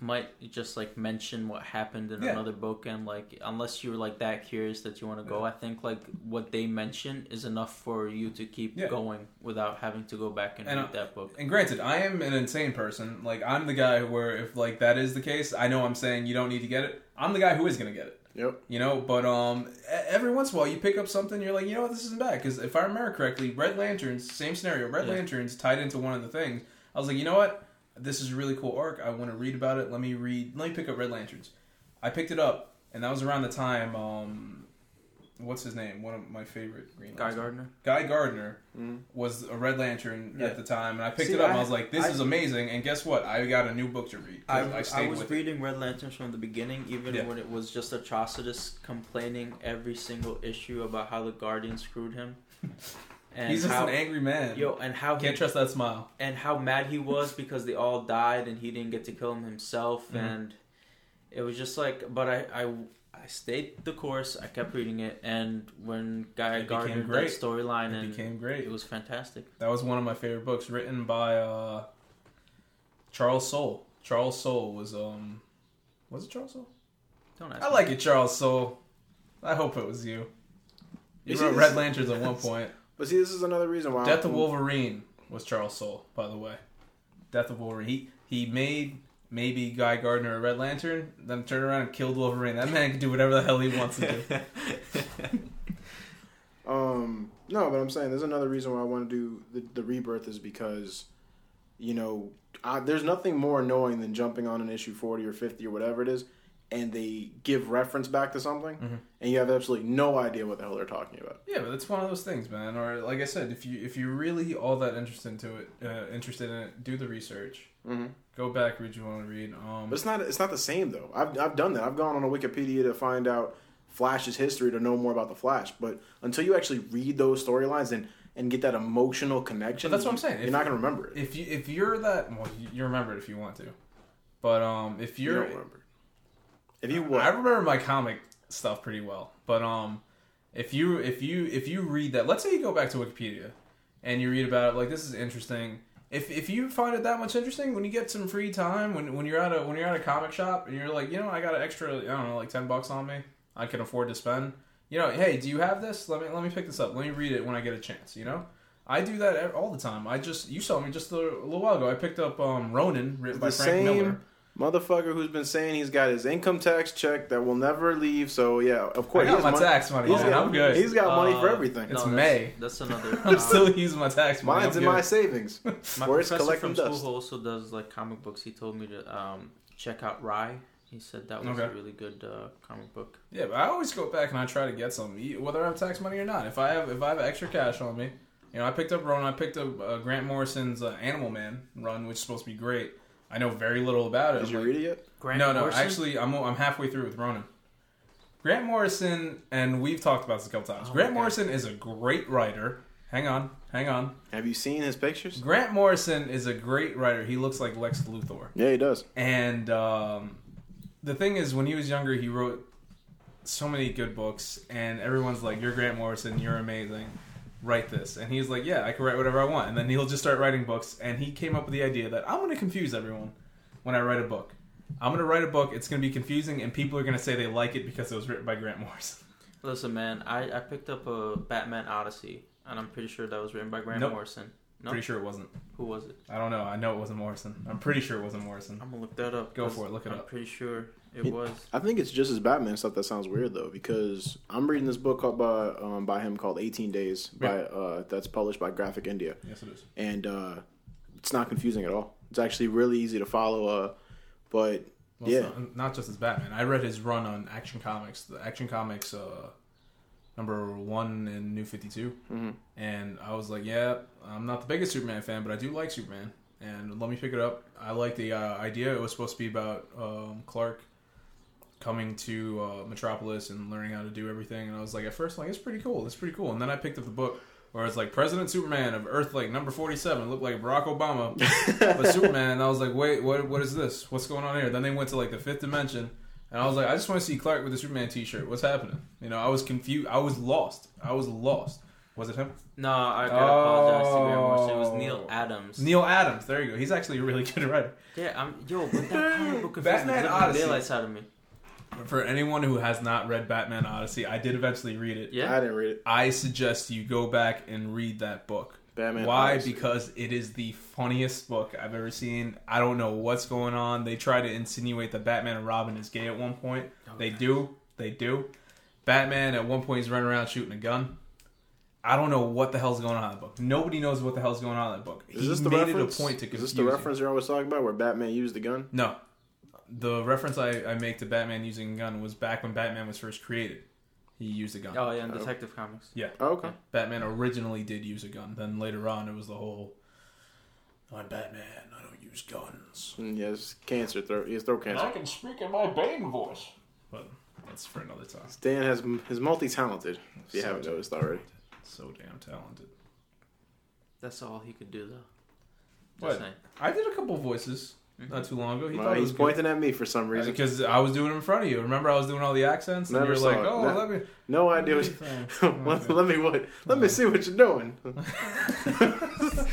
[SPEAKER 4] might just like mention what happened in
[SPEAKER 3] Yeah.
[SPEAKER 4] another book, and like unless you're like that curious that you want to go, I think like what they mention is enough for you to keep
[SPEAKER 3] Yeah.
[SPEAKER 4] going without having to go back and,
[SPEAKER 3] And,
[SPEAKER 4] read
[SPEAKER 3] uh,
[SPEAKER 4] that book.
[SPEAKER 3] And granted, I am an insane person. Like, I'm the guy where if like that is the case, I know I'm saying you don't need to get it. I'm the guy who is going to get it.
[SPEAKER 2] Yep.
[SPEAKER 3] You know, but um, e- every once in a while you pick up something, you're like, you know what, this isn't bad. Because if I remember correctly, Red Lanterns, same scenario, Red
[SPEAKER 4] Yeah.
[SPEAKER 3] Lanterns tied into one of the things. I was like, you know what, this is a really cool arc. I want to read about it. Let me read. Let me pick up Red Lanterns. I picked it up, and that was around the time. Um, what's his name? One of my favorite Green
[SPEAKER 4] Guy
[SPEAKER 3] Lantern.
[SPEAKER 4] Gardner.
[SPEAKER 3] Guy Gardner
[SPEAKER 2] Mm.
[SPEAKER 3] was a Red Lantern
[SPEAKER 4] Yeah.
[SPEAKER 3] at the time, and I picked
[SPEAKER 2] See,
[SPEAKER 3] it up. and
[SPEAKER 2] I-
[SPEAKER 3] I was like, this
[SPEAKER 2] I-
[SPEAKER 3] is amazing. And guess what? I got a new book to read. 'cause
[SPEAKER 4] I, I
[SPEAKER 3] stayed
[SPEAKER 4] was
[SPEAKER 3] with it.
[SPEAKER 4] reading Red Lanterns from the beginning, even
[SPEAKER 3] Yeah.
[SPEAKER 4] when it was just Atrocitus complaining every single issue about how the Guardian screwed him. And
[SPEAKER 3] He's just
[SPEAKER 4] how,
[SPEAKER 3] an angry man.
[SPEAKER 4] yo, and how he
[SPEAKER 3] Can't trust that smile.
[SPEAKER 4] and how mad he was because they all died and he didn't get to kill him himself
[SPEAKER 3] Mhm.
[SPEAKER 4] and it was just like but I, I I stayed the course I kept reading it and when Guy
[SPEAKER 3] It became
[SPEAKER 4] Gardner did that
[SPEAKER 3] great.
[SPEAKER 4] storyline
[SPEAKER 3] It
[SPEAKER 4] and
[SPEAKER 3] became great.
[SPEAKER 4] it was fantastic
[SPEAKER 3] That was one of my favorite books, written by uh, Charles Soule. Charles Soule was um, was it Charles Soule?
[SPEAKER 4] don't ask
[SPEAKER 3] I
[SPEAKER 4] me.
[SPEAKER 3] like it, Charles Soule. I hope it was you. You
[SPEAKER 2] Is
[SPEAKER 3] wrote
[SPEAKER 2] it-
[SPEAKER 3] Red Lanterns at one point.
[SPEAKER 2] But see, this is another reason why.
[SPEAKER 3] Death
[SPEAKER 2] I'm-
[SPEAKER 3] of Wolverine was Charles Soule, by the way. Death of Wolverine. He he made maybe Guy Gardner a Red Lantern, then turned around and killed Wolverine. That man can do whatever the hell he wants to do.
[SPEAKER 2] Um, no, but I'm saying there's another reason why I want to do the, the rebirth is because, you know, I, there's nothing more annoying than jumping on an issue 40 or 50 or whatever it is, and they give reference back to something,
[SPEAKER 4] Mm-hmm.
[SPEAKER 2] and you have absolutely no idea what the hell they're talking about.
[SPEAKER 3] Yeah, but it's one of those things, man. Or like I said, if you if you're really all that interested into it, uh, interested in it, do the research.
[SPEAKER 2] Mhm.
[SPEAKER 3] Go back, read what you want to read. Um,
[SPEAKER 2] But it's not it's not the same though. I've I've done that. I've gone on a Wikipedia to find out Flash's history to know more about the Flash. But until you actually read those storylines and and get that emotional connection,
[SPEAKER 3] But that's what I'm saying.
[SPEAKER 2] You're
[SPEAKER 3] If-
[SPEAKER 2] not gonna remember it.
[SPEAKER 3] if you if you're that, well, you, you remember it if you want to. But um, if
[SPEAKER 2] you
[SPEAKER 3] you're,
[SPEAKER 2] don't remember. it. If you what?
[SPEAKER 3] I remember my comic stuff pretty well. But um, if you if you if you read that, let's say you go back to Wikipedia and you read about it, like this is interesting. If, if you find it that much interesting, when you get some free time, when, when you're at a when you're at a comic shop and you're like, you know, I got an extra, I don't know, like ten bucks on me, I can afford to spend. You know, hey, do you have this? Let me let me pick this up. Let me read it when I get a chance. You know, I do that ev- all the time. I just you saw me just a little while ago. I picked up um, Ronin written by
[SPEAKER 2] the
[SPEAKER 3] Frank
[SPEAKER 2] same
[SPEAKER 3] Miller.
[SPEAKER 2] motherfucker who's been saying he's got his income tax check that will never leave. So yeah, of
[SPEAKER 3] I
[SPEAKER 2] course. he
[SPEAKER 3] got
[SPEAKER 2] has
[SPEAKER 3] my
[SPEAKER 2] money.
[SPEAKER 3] tax money.
[SPEAKER 2] He's
[SPEAKER 3] man.
[SPEAKER 2] got,
[SPEAKER 3] I'm good.
[SPEAKER 2] He's got money for
[SPEAKER 4] Uh,
[SPEAKER 2] everything.
[SPEAKER 3] It's
[SPEAKER 4] that's-
[SPEAKER 3] May.
[SPEAKER 4] that's another
[SPEAKER 3] I'm
[SPEAKER 4] uh,
[SPEAKER 3] still using my tax money.
[SPEAKER 2] Mine's
[SPEAKER 3] I'm
[SPEAKER 2] in my
[SPEAKER 3] good.
[SPEAKER 2] savings.
[SPEAKER 4] my
[SPEAKER 2] Where it's
[SPEAKER 4] professor
[SPEAKER 2] collecting
[SPEAKER 4] from school
[SPEAKER 2] dust.
[SPEAKER 4] who also does like comic books he told me to um, check out Rye he said that was a
[SPEAKER 3] Okay.
[SPEAKER 4] really good uh, comic book
[SPEAKER 3] Yeah, but I always go back and I try to get some, e- whether I have tax money or not. If I have if I have extra cash on me, you know, I picked up Ronan. I picked up uh, Grant Morrison's uh, Animal Man run, which is supposed to be great. I know very little about it.
[SPEAKER 2] Did
[SPEAKER 3] I'm
[SPEAKER 2] you
[SPEAKER 3] like,
[SPEAKER 2] read it yet?
[SPEAKER 4] Grant
[SPEAKER 3] no, no.
[SPEAKER 4] Morrison?
[SPEAKER 3] Actually, I'm I'm halfway through with Ronan. Grant Morrison, and we've talked about this a couple times.
[SPEAKER 4] Oh my
[SPEAKER 3] Grant
[SPEAKER 4] God.
[SPEAKER 3] Morrison is a great writer. Hang on, hang on.
[SPEAKER 2] Have you seen his pictures?
[SPEAKER 3] Grant Morrison is a great writer. He looks like Lex Luthor.
[SPEAKER 2] Yeah, he does.
[SPEAKER 3] And um, the thing is, when he was younger, he wrote so many good books, and everyone's like, "You're Grant Morrison. You're amazing. Write this." And he's like, "Yeah, I can write whatever I want." And then he'll just start writing books. And he came up with the idea that I'm going to confuse everyone when I write a book. I'm going to write a book. It's going to be confusing, and people are going to say they like it because it was written by Grant Morrison.
[SPEAKER 4] Listen, man, I, I picked up a Batman Odyssey, and I'm pretty sure that was written by Grant
[SPEAKER 3] Nope.
[SPEAKER 4] Morrison. No,
[SPEAKER 3] Pretty sure it wasn't.
[SPEAKER 4] who was it?
[SPEAKER 3] I don't know. I know it wasn't Morrison. I'm pretty sure it wasn't Morrison.
[SPEAKER 4] I'm gonna look that up.
[SPEAKER 3] Go
[SPEAKER 4] 'cause
[SPEAKER 3] for it, look it
[SPEAKER 4] I'm
[SPEAKER 3] up.
[SPEAKER 4] pretty sure it
[SPEAKER 2] He-
[SPEAKER 4] was.
[SPEAKER 2] I think it's just as Batman stuff that sounds weird though, because I'm reading this book called by um, by him called 18 Days by uh, that's published by Graphic India,
[SPEAKER 3] Yes, it is.
[SPEAKER 2] and uh, it's not confusing at all. It's actually really easy to follow. Uh, but
[SPEAKER 3] Well,
[SPEAKER 2] Yeah.
[SPEAKER 3] it's not, not just as Batman. I read his run on Action Comics, the Action Comics uh, number one in New Fifty
[SPEAKER 2] Mhm.
[SPEAKER 3] and I was like, "Yeah, I'm not the biggest Superman fan, but I do like Superman." And let me pick it up. I like the uh, idea. It was supposed to be about um, Clark coming to uh, Metropolis and learning how to do everything. And I was like, at first, like, it's pretty cool. It's pretty cool. And then I picked up the book where it's like President Superman of Earth, like number forty-seven, looked like Barack Obama, but Superman. And I was like, wait, what? What is this? What's going on here? Then they went to like the fifth dimension, and I was like, I just want to see Clark with a Superman T-shirt. What's happening? You know, I was confused. I was lost. I was lost. Was it him?
[SPEAKER 4] No, I gotta apologize to Grant Morrison. It was
[SPEAKER 3] Oh.
[SPEAKER 4] Neil Adams.
[SPEAKER 3] Neil Adams. There you go. He's actually a really good writer.
[SPEAKER 4] yeah, I'm yo, but that comic book confused the
[SPEAKER 3] Batman
[SPEAKER 4] living
[SPEAKER 3] Odyssey.
[SPEAKER 4] daylights out of me.
[SPEAKER 3] For anyone who has not read Batman Odyssey, I did eventually read it.
[SPEAKER 2] I
[SPEAKER 4] Yeah,
[SPEAKER 2] didn't read it.
[SPEAKER 3] I suggest you go back and read that book.
[SPEAKER 2] Batman.
[SPEAKER 3] Why?
[SPEAKER 2] Odyssey.
[SPEAKER 3] Because it is the funniest book I've ever seen. I don't know what's going on. They try to insinuate that Batman and Robin is gay at one point. They do. They do. Batman at one point is running around shooting a gun. I don't know what the hell's going on in that book. Nobody knows what the hell's going on in that book.
[SPEAKER 2] is this the
[SPEAKER 3] made
[SPEAKER 2] reference?
[SPEAKER 3] it a point to
[SPEAKER 2] is
[SPEAKER 3] confuse
[SPEAKER 2] this the
[SPEAKER 3] you.
[SPEAKER 2] reference you're always talking about where Batman used the gun?
[SPEAKER 3] No. The reference I, I make to Batman using a gun was back when Batman was first created. He used a gun.
[SPEAKER 4] oh yeah, in Detective Comics.
[SPEAKER 2] Oh, okay.
[SPEAKER 3] Batman originally did use a gun. Then later on, it was the whole I'm Batman, I don't use guns.
[SPEAKER 2] Mm, yeah, it's cancer throat. He has throat cancer.
[SPEAKER 3] can speak in my Bane voice. But that's for another time.
[SPEAKER 2] Dan has is multi talented. If you
[SPEAKER 3] So
[SPEAKER 2] haven't
[SPEAKER 3] talented.
[SPEAKER 2] noticed already,
[SPEAKER 3] So damn talented.
[SPEAKER 4] That's all he could do though.
[SPEAKER 3] What?
[SPEAKER 4] Just saying. Mm-hmm.
[SPEAKER 3] I did a couple voices not too long ago. He
[SPEAKER 2] well,
[SPEAKER 3] thought it
[SPEAKER 2] he's
[SPEAKER 3] was good.
[SPEAKER 2] pointing at me for some reason.
[SPEAKER 3] because I was doing it in front of you. Remember, I was doing all the accents, and
[SPEAKER 2] Never
[SPEAKER 3] you were like,
[SPEAKER 2] saw it.
[SPEAKER 3] "Oh,
[SPEAKER 2] No.
[SPEAKER 3] let me."
[SPEAKER 2] No idea. What you, let, let me what? Let me see what you're doing.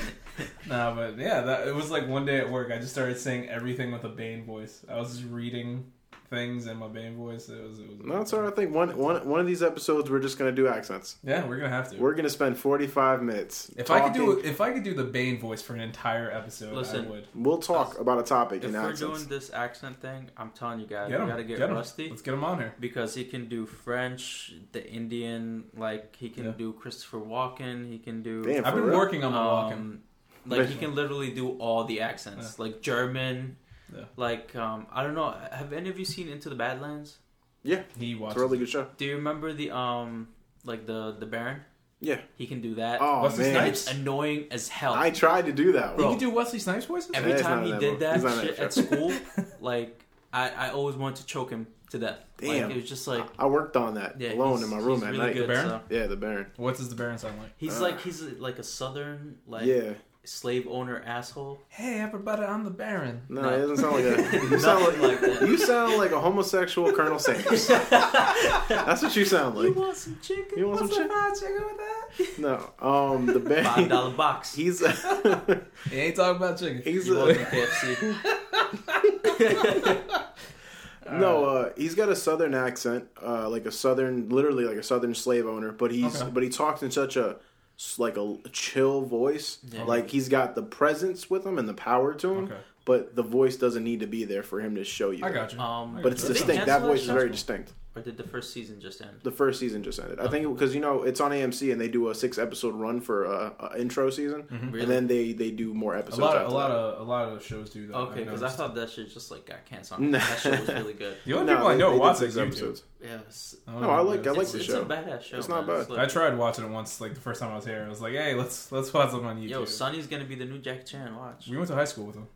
[SPEAKER 3] Nah, but yeah, that, it was like one day at work. I just started saying everything with a Bane voice. I was just reading things in my Bane voice. It was. It was
[SPEAKER 2] No, it's all right. I think one one one of these episodes we're just gonna do accents.
[SPEAKER 3] Yeah, we're gonna have to.
[SPEAKER 2] We're gonna spend 45 minutes.
[SPEAKER 3] if I could do if I could do the Bane voice for an entire episode, I
[SPEAKER 4] Listen.
[SPEAKER 3] would.
[SPEAKER 2] we'll talk about a topic
[SPEAKER 4] If
[SPEAKER 2] in
[SPEAKER 4] we're
[SPEAKER 2] accents.
[SPEAKER 4] doing this accent thing, I'm telling you guys,
[SPEAKER 3] Get
[SPEAKER 4] we
[SPEAKER 3] him.
[SPEAKER 4] gotta get,
[SPEAKER 3] get him.
[SPEAKER 4] rusty.
[SPEAKER 3] Let's get him on here.
[SPEAKER 4] because he can do French, the Indian, like he can
[SPEAKER 3] Yeah.
[SPEAKER 4] do Christopher Walken, he can do
[SPEAKER 2] Damn,
[SPEAKER 3] I've
[SPEAKER 2] for
[SPEAKER 3] been
[SPEAKER 2] real?
[SPEAKER 3] working on my walking.
[SPEAKER 4] um, like he can literally do all the accents, like German,
[SPEAKER 3] Yeah.
[SPEAKER 4] like um, I don't know. Have any of you seen Into the Badlands?
[SPEAKER 3] He
[SPEAKER 2] It's
[SPEAKER 3] watched.
[SPEAKER 2] a really good show.
[SPEAKER 4] Do you remember the um, like the the Baron?
[SPEAKER 2] Yeah.
[SPEAKER 4] he can do that.
[SPEAKER 2] Oh
[SPEAKER 3] What's his
[SPEAKER 2] man,
[SPEAKER 3] name?
[SPEAKER 4] It's annoying as hell.
[SPEAKER 2] I tried to do that.
[SPEAKER 3] he
[SPEAKER 2] One.
[SPEAKER 4] Bro.
[SPEAKER 3] could do Wesley Snipes voices.
[SPEAKER 4] Every
[SPEAKER 2] Yeah, he's
[SPEAKER 4] time
[SPEAKER 2] not
[SPEAKER 4] he
[SPEAKER 2] in that movie. He's
[SPEAKER 4] did that
[SPEAKER 2] not in
[SPEAKER 4] shit
[SPEAKER 2] that
[SPEAKER 4] at
[SPEAKER 2] show.
[SPEAKER 4] school, like I, I always wanted to choke him to death.
[SPEAKER 2] Damn.
[SPEAKER 4] Like, it was just like
[SPEAKER 2] I worked on that
[SPEAKER 4] yeah,
[SPEAKER 2] alone
[SPEAKER 4] he's-
[SPEAKER 2] in my room
[SPEAKER 4] he's
[SPEAKER 2] at
[SPEAKER 4] really
[SPEAKER 2] night.
[SPEAKER 4] Good,
[SPEAKER 3] Baron?
[SPEAKER 4] so.
[SPEAKER 2] Yeah, the Baron.
[SPEAKER 3] What does the Baron sound like?
[SPEAKER 4] He's
[SPEAKER 2] Uh.
[SPEAKER 4] like he's like a southern like
[SPEAKER 2] yeah.
[SPEAKER 4] slave owner asshole.
[SPEAKER 3] Hey, everybody, I'm the Baron.
[SPEAKER 2] No,
[SPEAKER 4] No.
[SPEAKER 2] it doesn't sound like that. You
[SPEAKER 4] Nothing
[SPEAKER 2] sound like,
[SPEAKER 4] like that.
[SPEAKER 2] you sound like a homosexual Colonel Sanders. That's what you sound like.
[SPEAKER 4] want some chicken?
[SPEAKER 2] You want some chicken?
[SPEAKER 3] chicken with that?
[SPEAKER 2] No. Um, the
[SPEAKER 4] Five
[SPEAKER 2] Baron.
[SPEAKER 4] dollar box.
[SPEAKER 2] He's
[SPEAKER 3] He ain't talking about chicken.
[SPEAKER 2] he's
[SPEAKER 4] You
[SPEAKER 2] a,
[SPEAKER 4] want some KFC?
[SPEAKER 2] No, uh, he's got a southern accent, uh, like a southern, literally like a southern slave owner. But he's
[SPEAKER 3] Okay.
[SPEAKER 2] but he talks in such a s- like a chill voice,
[SPEAKER 4] Yeah.
[SPEAKER 2] like he's got the presence with him and the power to him.
[SPEAKER 3] Okay.
[SPEAKER 2] But the voice doesn't need to be there for him to show you.
[SPEAKER 3] I
[SPEAKER 2] it.
[SPEAKER 3] got you.
[SPEAKER 4] Um,
[SPEAKER 2] But it's
[SPEAKER 4] Did they
[SPEAKER 2] distinct. That
[SPEAKER 4] cancel
[SPEAKER 2] voice is
[SPEAKER 4] show?
[SPEAKER 2] very distinct.
[SPEAKER 4] Or did the first season just end?
[SPEAKER 2] The first season just ended. I think because you know it's on AMC and they do a six episode run for uh, uh, intro season,
[SPEAKER 4] Really?
[SPEAKER 2] and then they they do more
[SPEAKER 3] Mm-hmm. a
[SPEAKER 2] episodes.
[SPEAKER 3] lot of
[SPEAKER 2] after
[SPEAKER 3] a lot
[SPEAKER 2] that.
[SPEAKER 3] of a lot of shows do that.
[SPEAKER 4] Okay,
[SPEAKER 3] I've
[SPEAKER 4] because I
[SPEAKER 3] noticed.
[SPEAKER 4] thought that shit just like got canceled.
[SPEAKER 2] No.
[SPEAKER 4] That shit was really good.
[SPEAKER 3] the only
[SPEAKER 2] No,
[SPEAKER 3] people I
[SPEAKER 2] they-
[SPEAKER 3] know
[SPEAKER 2] they did
[SPEAKER 3] watch
[SPEAKER 2] six
[SPEAKER 3] is YouTube.
[SPEAKER 2] episodes.
[SPEAKER 4] Yeah, it's,
[SPEAKER 3] I don't
[SPEAKER 2] No,
[SPEAKER 3] know
[SPEAKER 2] I
[SPEAKER 3] what it
[SPEAKER 2] like- I
[SPEAKER 3] is.
[SPEAKER 2] like
[SPEAKER 4] it's,
[SPEAKER 2] the
[SPEAKER 4] it's
[SPEAKER 2] show.
[SPEAKER 4] a badass show.
[SPEAKER 2] It's not
[SPEAKER 4] man.
[SPEAKER 2] bad.
[SPEAKER 4] like-
[SPEAKER 3] I tried watching it once, like the first time I was here. I was like, "Hey, let's let's watch them on YouTube."
[SPEAKER 4] Yo, Sonny's gonna be the new Jackie Chan. Watch,
[SPEAKER 3] we went to high school with him.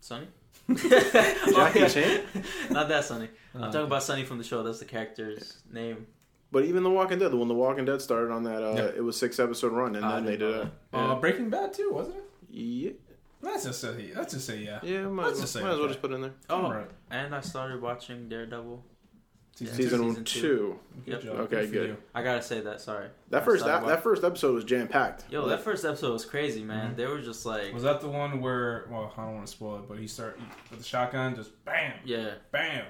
[SPEAKER 4] Sonny. Oh,
[SPEAKER 2] Jackie Chan.
[SPEAKER 4] Not that Sonny.
[SPEAKER 3] Oh,
[SPEAKER 4] I'm talking about Sonny from the show. That's the character's name.
[SPEAKER 2] But even The Walking Dead, when The Walking Dead started on that, uh,
[SPEAKER 3] Yeah.
[SPEAKER 2] it was six episode run, and
[SPEAKER 4] Oh, I
[SPEAKER 2] then they did
[SPEAKER 4] didn't know
[SPEAKER 2] a
[SPEAKER 3] Uh, Breaking Bad too, wasn't it?
[SPEAKER 2] yeah,
[SPEAKER 3] That's just a that's just a yeah.
[SPEAKER 2] yeah. Might,
[SPEAKER 3] Let's
[SPEAKER 2] as well-
[SPEAKER 3] just say
[SPEAKER 2] might as well
[SPEAKER 3] okay.
[SPEAKER 2] just put it in there.
[SPEAKER 4] Oh,
[SPEAKER 3] Right.
[SPEAKER 4] and I started watching Daredevil. Yeah.
[SPEAKER 3] two.
[SPEAKER 2] Season,
[SPEAKER 4] Season
[SPEAKER 2] two.
[SPEAKER 4] two.
[SPEAKER 3] Good
[SPEAKER 4] Yep.
[SPEAKER 3] job.
[SPEAKER 2] Okay,
[SPEAKER 3] for
[SPEAKER 2] good.
[SPEAKER 3] you.
[SPEAKER 4] I gotta say that. Sorry.
[SPEAKER 2] That
[SPEAKER 4] I
[SPEAKER 2] first
[SPEAKER 4] started
[SPEAKER 2] that, that first episode was jam packed.
[SPEAKER 4] wa- Yo, that first episode was crazy, man. They were just like,
[SPEAKER 3] Mm-hmm. Was that the one where? Well, I don't want to spoil it, but he start with the shotgun, just bam,
[SPEAKER 4] yeah.
[SPEAKER 3] bam.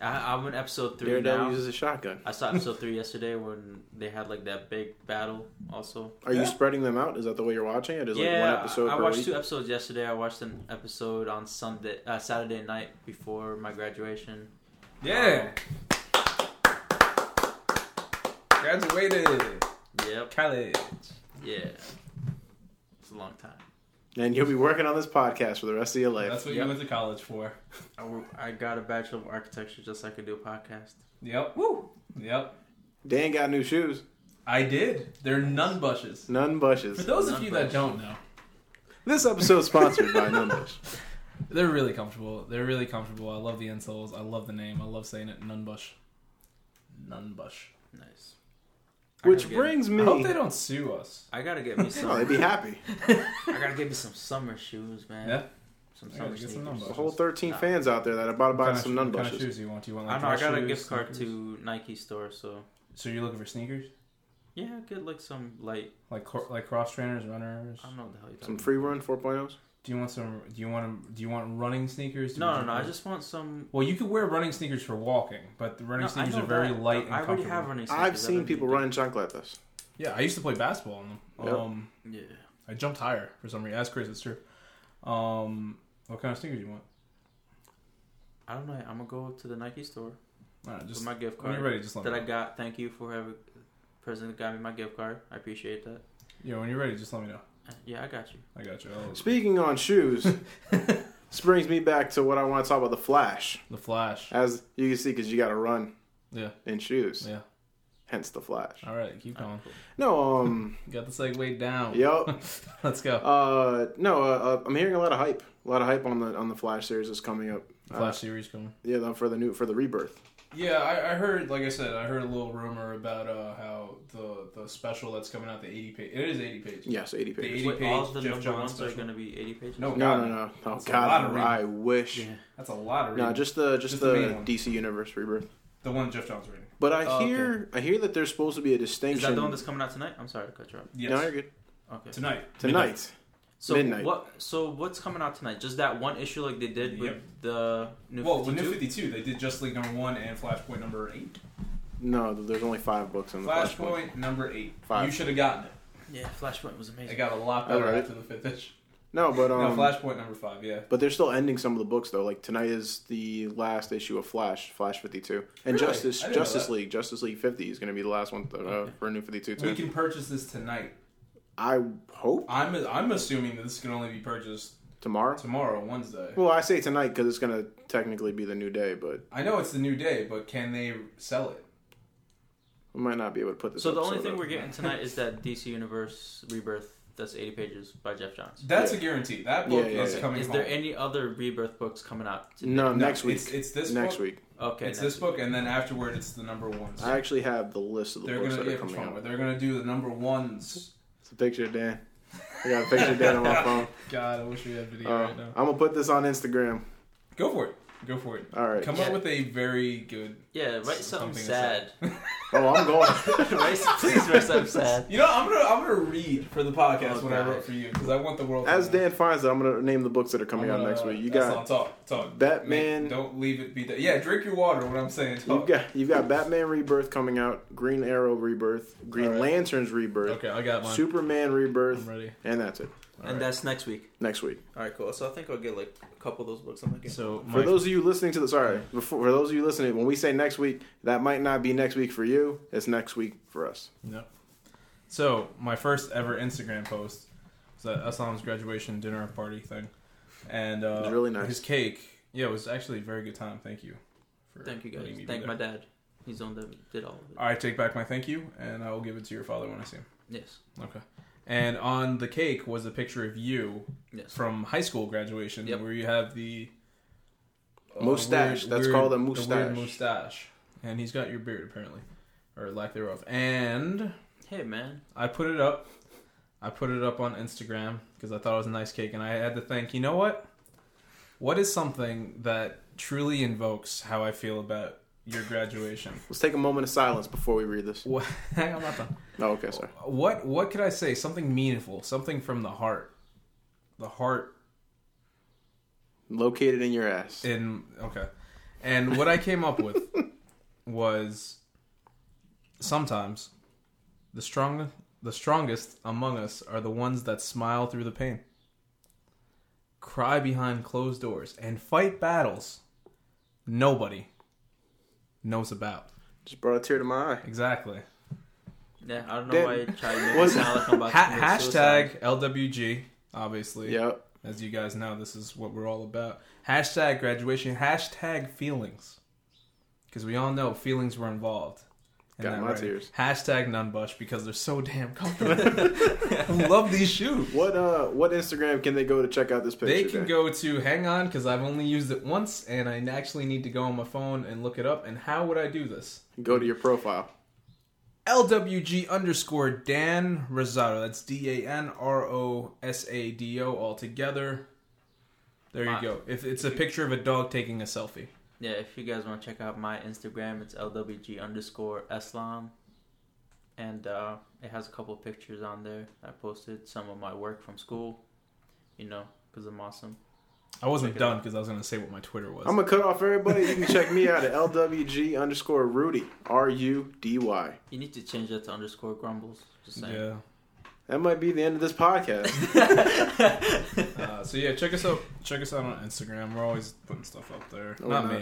[SPEAKER 4] I, I'm in episode three
[SPEAKER 2] Daredevil
[SPEAKER 4] now.
[SPEAKER 2] uses a shotgun.
[SPEAKER 4] I saw episode three yesterday when they had like that big battle. Also,
[SPEAKER 2] Are
[SPEAKER 3] Yeah.
[SPEAKER 2] you spreading them out? Is that the way you're watching it? Is
[SPEAKER 4] yeah,
[SPEAKER 2] like one episode
[SPEAKER 4] I, I
[SPEAKER 2] per
[SPEAKER 4] watched
[SPEAKER 2] week?
[SPEAKER 4] two episodes yesterday. I watched an episode on Sunday, uh, Saturday night before my graduation.
[SPEAKER 3] Yeah, graduated
[SPEAKER 4] Um, yep.
[SPEAKER 3] college.
[SPEAKER 4] Yeah. It's a long time.
[SPEAKER 2] And you'll be working on this podcast for the rest of your life.
[SPEAKER 3] That's what
[SPEAKER 4] Yep.
[SPEAKER 3] you went to college for.
[SPEAKER 4] I, wo- I got a bachelor of architecture just so I could do a podcast.
[SPEAKER 3] Yep. Woo. Yep.
[SPEAKER 2] Dan got new shoes.
[SPEAKER 3] I did. They're nun bushes.
[SPEAKER 2] None
[SPEAKER 3] For
[SPEAKER 2] bushes.
[SPEAKER 3] those of
[SPEAKER 4] Nun
[SPEAKER 3] you
[SPEAKER 4] bush.
[SPEAKER 3] that don't know,
[SPEAKER 2] This episode's sponsored by None Bush.
[SPEAKER 3] they're really comfortable. They're really comfortable. I love the insoles. I love the name. I love saying it. Nun bush. Nun bush.
[SPEAKER 4] Nice. I
[SPEAKER 2] Which
[SPEAKER 4] gotta get-
[SPEAKER 2] brings me.
[SPEAKER 3] I hope they don't sue us.
[SPEAKER 4] I gotta get me some.
[SPEAKER 2] Oh, they'd be happy.
[SPEAKER 4] I gotta get me some summer shoes, man.
[SPEAKER 3] Yeah.
[SPEAKER 4] Some
[SPEAKER 3] I
[SPEAKER 4] summer
[SPEAKER 3] gotta get
[SPEAKER 4] shoes.
[SPEAKER 3] some
[SPEAKER 2] The
[SPEAKER 3] numbers.
[SPEAKER 2] whole 13
[SPEAKER 4] Nah.
[SPEAKER 2] fans out there that are about to buy some None
[SPEAKER 3] What kind of
[SPEAKER 2] bushes.
[SPEAKER 3] shoes do you want? Do you want
[SPEAKER 4] I
[SPEAKER 3] like
[SPEAKER 4] don't know. I got a
[SPEAKER 3] dress
[SPEAKER 4] gift
[SPEAKER 3] shoes,
[SPEAKER 4] card
[SPEAKER 3] sneakers?
[SPEAKER 4] to Nike store, so
[SPEAKER 3] So you're looking for sneakers,
[SPEAKER 4] yeah, get like some light.
[SPEAKER 3] like cor- like cross trainers, runners.
[SPEAKER 4] I don't know what the hell you
[SPEAKER 2] Some free run oh? 4.0s.
[SPEAKER 3] Do you want some? Do you want? Do you want running sneakers? Do you
[SPEAKER 4] No, no,
[SPEAKER 3] want-
[SPEAKER 4] no. I just want some.
[SPEAKER 3] Well, you could wear running sneakers for walking, but the running
[SPEAKER 4] No, I
[SPEAKER 3] sneakers
[SPEAKER 4] know
[SPEAKER 3] are very
[SPEAKER 4] that.
[SPEAKER 3] light and
[SPEAKER 4] I already
[SPEAKER 3] comfortable.
[SPEAKER 4] have running sneakers. I
[SPEAKER 2] I've seen
[SPEAKER 4] don't
[SPEAKER 2] people
[SPEAKER 4] need
[SPEAKER 2] run in chancletas.
[SPEAKER 3] Yeah, I used to play basketball in them.
[SPEAKER 2] Yep.
[SPEAKER 3] Um,
[SPEAKER 4] to- Yeah.
[SPEAKER 3] I jumped higher for some reason. That's crazy. It's true. Um, what kind of sneakers do you want?
[SPEAKER 4] I don't know. I'm gonna go to the Nike store
[SPEAKER 3] All right,
[SPEAKER 4] with
[SPEAKER 3] just
[SPEAKER 4] my gift
[SPEAKER 3] when
[SPEAKER 4] card
[SPEAKER 3] you're ready, just let
[SPEAKER 4] that
[SPEAKER 3] me.
[SPEAKER 4] I
[SPEAKER 3] Know.
[SPEAKER 4] got. Thank you for having president that got me my gift card. I appreciate that.
[SPEAKER 3] Yeah, when you're ready, just let me know.
[SPEAKER 4] Uh, Yeah, I got you.
[SPEAKER 3] I got you. Oh, I'll-
[SPEAKER 2] Speaking on shoes, this brings me back to what I want to talk about the Flash.
[SPEAKER 3] the Flash.
[SPEAKER 2] As you can see, because you got to run
[SPEAKER 3] Yeah.
[SPEAKER 2] in shoes.
[SPEAKER 3] Yeah.
[SPEAKER 2] Hence the Flash.
[SPEAKER 3] All right, keep going.
[SPEAKER 2] No, um,
[SPEAKER 3] Got the segue down.
[SPEAKER 2] Yup.
[SPEAKER 3] Let's go.
[SPEAKER 2] uh, no, uh, uh, I'm hearing a lot of hype. A lot of hype on the on the Flash series that's coming up. Uh,
[SPEAKER 3] The Flash series coming.
[SPEAKER 2] Yeah, though, for the new for the rebirth.
[SPEAKER 3] Yeah, I, I heard. Like I said, I heard a little rumor about uh, how the the special that's coming out, the eighty page. It is eighty pages.
[SPEAKER 2] Yes, 80
[SPEAKER 3] The
[SPEAKER 2] pages.
[SPEAKER 3] 80
[SPEAKER 4] Wait, all
[SPEAKER 3] page
[SPEAKER 4] the
[SPEAKER 3] Jeff
[SPEAKER 4] number
[SPEAKER 3] Johns
[SPEAKER 4] ones are
[SPEAKER 3] special.
[SPEAKER 4] gonna be 80 pages.
[SPEAKER 3] No,
[SPEAKER 2] No,
[SPEAKER 3] God,
[SPEAKER 2] no, no. Oh
[SPEAKER 3] That's a lot of
[SPEAKER 2] God,
[SPEAKER 3] reading.
[SPEAKER 2] I wish.
[SPEAKER 4] Yeah.
[SPEAKER 3] That's a lot of
[SPEAKER 2] No,
[SPEAKER 3] reading.
[SPEAKER 2] just the just,
[SPEAKER 3] Just the main
[SPEAKER 2] the
[SPEAKER 3] one.
[SPEAKER 2] DC Universe rebirth.
[SPEAKER 3] the one Jeff Johns reading.
[SPEAKER 2] But I
[SPEAKER 4] Oh, okay.
[SPEAKER 2] hear I hear that there's supposed to be a distinction.
[SPEAKER 4] Is that the one that's coming out tonight? I'm sorry to cut you off.
[SPEAKER 3] Yes.
[SPEAKER 2] No, you're good.
[SPEAKER 4] Okay.
[SPEAKER 3] Tonight.
[SPEAKER 2] Tonight.
[SPEAKER 3] Midnight.
[SPEAKER 4] So
[SPEAKER 2] Midnight.
[SPEAKER 4] what? So what's coming out tonight? Just that one issue, like they did with
[SPEAKER 3] Yep.
[SPEAKER 4] the new
[SPEAKER 3] Well, with
[SPEAKER 4] 52?
[SPEAKER 3] New 52, they did Just League number 1 and Flashpoint number 8.
[SPEAKER 2] No, there's only five books in the Flash book.
[SPEAKER 3] Flashpoint number 8.
[SPEAKER 2] Five.
[SPEAKER 3] You should have gotten it.
[SPEAKER 4] Yeah, Flashpoint was
[SPEAKER 3] It
[SPEAKER 4] amazing.
[SPEAKER 3] got a lot better
[SPEAKER 2] All right.
[SPEAKER 3] after the fifth issue.
[SPEAKER 2] No, but um,
[SPEAKER 3] no, Flashpoint number 5, yeah.
[SPEAKER 2] But they're still ending some of the books though. Like tonight is the last issue of Flash, Flash Fifty Two, and
[SPEAKER 3] Really?
[SPEAKER 2] Justice
[SPEAKER 3] I didn't know
[SPEAKER 2] Justice
[SPEAKER 3] that.
[SPEAKER 2] League Justice League Fifty is going to be the last one uh, for New Fifty Two
[SPEAKER 3] We
[SPEAKER 2] too.
[SPEAKER 3] can purchase this tonight.
[SPEAKER 2] I hope
[SPEAKER 3] I'm I'm assuming that this can only be purchased
[SPEAKER 2] tomorrow.
[SPEAKER 3] tomorrow, Wednesday.
[SPEAKER 2] Well, I say tonight because it's going to technically be the new day, but
[SPEAKER 3] I know it's the new day, but can they sell it?
[SPEAKER 2] we might not be able to put this.
[SPEAKER 4] So the only
[SPEAKER 2] episode
[SPEAKER 4] thing
[SPEAKER 2] up.
[SPEAKER 4] we're getting tonight is that DC Universe Rebirth. That's 80 pages by Jeff Johns.
[SPEAKER 3] That's
[SPEAKER 2] Yeah.
[SPEAKER 3] a guarantee. That book
[SPEAKER 2] Yeah, yeah,
[SPEAKER 3] is
[SPEAKER 2] yeah.
[SPEAKER 3] coming
[SPEAKER 4] Is
[SPEAKER 3] home.
[SPEAKER 4] there any other Rebirth books coming out? Today?
[SPEAKER 2] no,
[SPEAKER 3] No,
[SPEAKER 2] next week.
[SPEAKER 3] It's, it's this
[SPEAKER 2] next
[SPEAKER 3] book.
[SPEAKER 2] week.
[SPEAKER 4] Okay.
[SPEAKER 3] It's
[SPEAKER 4] next
[SPEAKER 3] this book, and then afterward, it's the number ones.
[SPEAKER 2] I actually have the list of the
[SPEAKER 3] They're
[SPEAKER 2] books
[SPEAKER 3] gonna
[SPEAKER 2] that
[SPEAKER 3] yeah,
[SPEAKER 2] are coming
[SPEAKER 3] what's wrong
[SPEAKER 2] out.
[SPEAKER 3] with- They're gonna do the number ones.
[SPEAKER 2] It's a picture of Dan. I got a picture of Dan on my phone.
[SPEAKER 3] God, I wish we had video
[SPEAKER 2] Uh,
[SPEAKER 3] right now.
[SPEAKER 2] I'm gonna put this on Instagram.
[SPEAKER 3] Go for it. Go for it.
[SPEAKER 2] All right.
[SPEAKER 3] Come
[SPEAKER 4] Yeah.
[SPEAKER 3] up with a very good.
[SPEAKER 4] Yeah, write
[SPEAKER 3] something
[SPEAKER 4] something, sad.
[SPEAKER 2] Oh, I'm going.
[SPEAKER 4] Write some- please write something sad.
[SPEAKER 3] You know, I'm gonna I'm gonna read for the podcast
[SPEAKER 4] Oh,
[SPEAKER 3] what I
[SPEAKER 4] God.
[SPEAKER 3] wrote for you because I want the world. to
[SPEAKER 2] As
[SPEAKER 3] know.
[SPEAKER 2] Dan finds it, I'm gonna name the books that are coming
[SPEAKER 3] I'm
[SPEAKER 2] out
[SPEAKER 3] gonna-
[SPEAKER 2] next week. You
[SPEAKER 3] Oh, Uh, that's
[SPEAKER 2] got
[SPEAKER 3] all. talk talk.
[SPEAKER 2] Batman-
[SPEAKER 3] Make- don't leave it be that. Yeah, drink your water. What I'm saying.
[SPEAKER 2] You've
[SPEAKER 3] Talk.
[SPEAKER 2] got you've got Batman Rebirth coming out, Green Arrow Rebirth, Green
[SPEAKER 3] All right.
[SPEAKER 2] Lantern's Rebirth,
[SPEAKER 3] I got
[SPEAKER 2] Superman Rebirth,
[SPEAKER 3] ready.
[SPEAKER 2] and that's it.
[SPEAKER 4] and that's next week.
[SPEAKER 2] Next week.
[SPEAKER 4] All right, cool. So I think I'll get like a couple of those books. I'm like,
[SPEAKER 3] so
[SPEAKER 2] For those of you listening to the sorry, before, for those of you listening, when we say next week, that might not be next week for you. It's next week for us.
[SPEAKER 3] No. So my first ever Instagram post was at Aslam's graduation dinner party thing, and uh,
[SPEAKER 2] It was really nice.
[SPEAKER 3] His cake, yeah, it was actually a very good time. Thank you. For
[SPEAKER 4] thank you
[SPEAKER 3] letting
[SPEAKER 4] guys.
[SPEAKER 3] me be
[SPEAKER 4] Thank
[SPEAKER 3] there.
[SPEAKER 4] my dad. He's the one that did all of it.
[SPEAKER 3] I take back my thank you, and I will give it to your father when I see him.
[SPEAKER 4] Yes.
[SPEAKER 3] Okay. and on the cake was a picture of you
[SPEAKER 4] Yes.
[SPEAKER 3] from high school graduation,
[SPEAKER 4] Yep.
[SPEAKER 3] where you have the uh,
[SPEAKER 2] Mustache. That's called a
[SPEAKER 3] the weird
[SPEAKER 2] mustache.
[SPEAKER 3] mustache, and he's got your beard apparently, or lack thereof. And
[SPEAKER 4] Hey man,
[SPEAKER 3] I put it up. I put it up on Instagram because I thought it was a nice cake, and I had to think. You know what? What is something that truly invokes how I feel about your graduation?
[SPEAKER 2] Let's take a moment of silence before we read this.
[SPEAKER 3] What? Hang on, I'm not done.
[SPEAKER 2] Oh, okay, sorry.
[SPEAKER 3] What? What could I say? Something meaningful, something from the heart, the heart
[SPEAKER 2] Located in your ass.
[SPEAKER 3] in okay. And what I came up with was sometimes the strong the strongest among us are the ones that smile through the pain. Cry behind closed doors and fight battles nobody knows about.
[SPEAKER 2] Just brought a tear to my eye.
[SPEAKER 3] Exactly.
[SPEAKER 4] yeah, I don't know
[SPEAKER 2] That-
[SPEAKER 4] why Chai
[SPEAKER 2] was-
[SPEAKER 4] was like I'm about to
[SPEAKER 3] Ha-
[SPEAKER 4] commit suicide.
[SPEAKER 3] hashtag LWG, obviously.
[SPEAKER 2] Yep.
[SPEAKER 3] As you guys know, this is what we're all about. Hashtag graduation. Hashtag feelings. Because we all know feelings were involved. in
[SPEAKER 2] Got
[SPEAKER 3] that
[SPEAKER 2] my
[SPEAKER 3] writing.
[SPEAKER 2] tears.
[SPEAKER 3] Hashtag nunbush because they're so damn comfortable. I love these shoes.
[SPEAKER 2] What uh what Instagram can they go to check out this picture?
[SPEAKER 3] They can
[SPEAKER 2] Jay?
[SPEAKER 3] go to hang on because I've only used it once and I actually need to go on my phone and look it up. And how would I do this?
[SPEAKER 2] go to your profile.
[SPEAKER 3] LWG underscore Dan Rosado. That's D A N R O S A D O all together. There you
[SPEAKER 4] Wow.
[SPEAKER 3] go. If it's a picture of a dog taking a selfie.
[SPEAKER 4] Yeah, if you guys want to check out my Instagram, it's lwg underscore eslam, and uh, it has a couple of pictures on there. I posted some of my work from school, you know, because I'm awesome.
[SPEAKER 3] I wasn't
[SPEAKER 4] Check it
[SPEAKER 3] done because I was going to say what my Twitter was.
[SPEAKER 2] I'm gonna cut off everybody. You can check me out at LWG underscore Rudy. R U D Y.
[SPEAKER 4] You need to change that to underscore grumbles. Just saying.
[SPEAKER 3] yeah.
[SPEAKER 2] That might be the end of this podcast.
[SPEAKER 3] Uh, so yeah, check us out. Check us out on Instagram. We're always putting stuff up there.
[SPEAKER 2] No,
[SPEAKER 3] Not
[SPEAKER 2] we're not.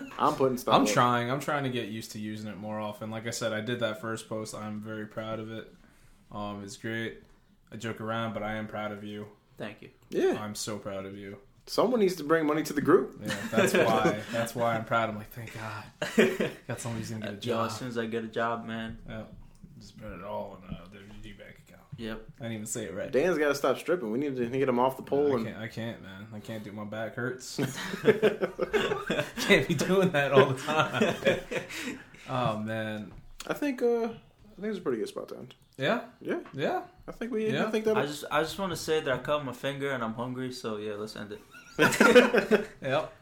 [SPEAKER 3] me.
[SPEAKER 2] I'm putting stuff.
[SPEAKER 3] I'm
[SPEAKER 2] up.
[SPEAKER 3] trying. I'm trying to get used to using it more often. Like I said, I did that first post. I'm very proud of it. Um, it's great. I joke around, but I am proud of you.
[SPEAKER 4] Thank you.
[SPEAKER 2] Yeah.
[SPEAKER 3] I'm so proud of you.
[SPEAKER 2] Someone needs to bring money to the group.
[SPEAKER 3] Yeah, that's why. that's why I'm proud. I'm like, thank God, got somebody who's gonna get a
[SPEAKER 4] Yo,
[SPEAKER 3] job.
[SPEAKER 4] as soon as I get a job, man.
[SPEAKER 3] Yeah, just put it all in a WD bank account.
[SPEAKER 4] Yep.
[SPEAKER 3] I didn't even say it right.
[SPEAKER 2] Dan's got to stop stripping. We need to get him off the pole
[SPEAKER 3] I
[SPEAKER 2] and
[SPEAKER 3] can't, I can't, man. I can't do. My back hurts. can't be doing that all the time. oh man.
[SPEAKER 2] I think uh, I think it's a pretty good spot to end.
[SPEAKER 3] Yeah.
[SPEAKER 2] Yeah,
[SPEAKER 3] Yeah.
[SPEAKER 2] I think we.
[SPEAKER 3] Yeah.
[SPEAKER 2] I think
[SPEAKER 4] I
[SPEAKER 2] that.
[SPEAKER 4] just I just want to say that I cut my finger and I'm hungry, so yeah, let's end it.
[SPEAKER 3] Yep.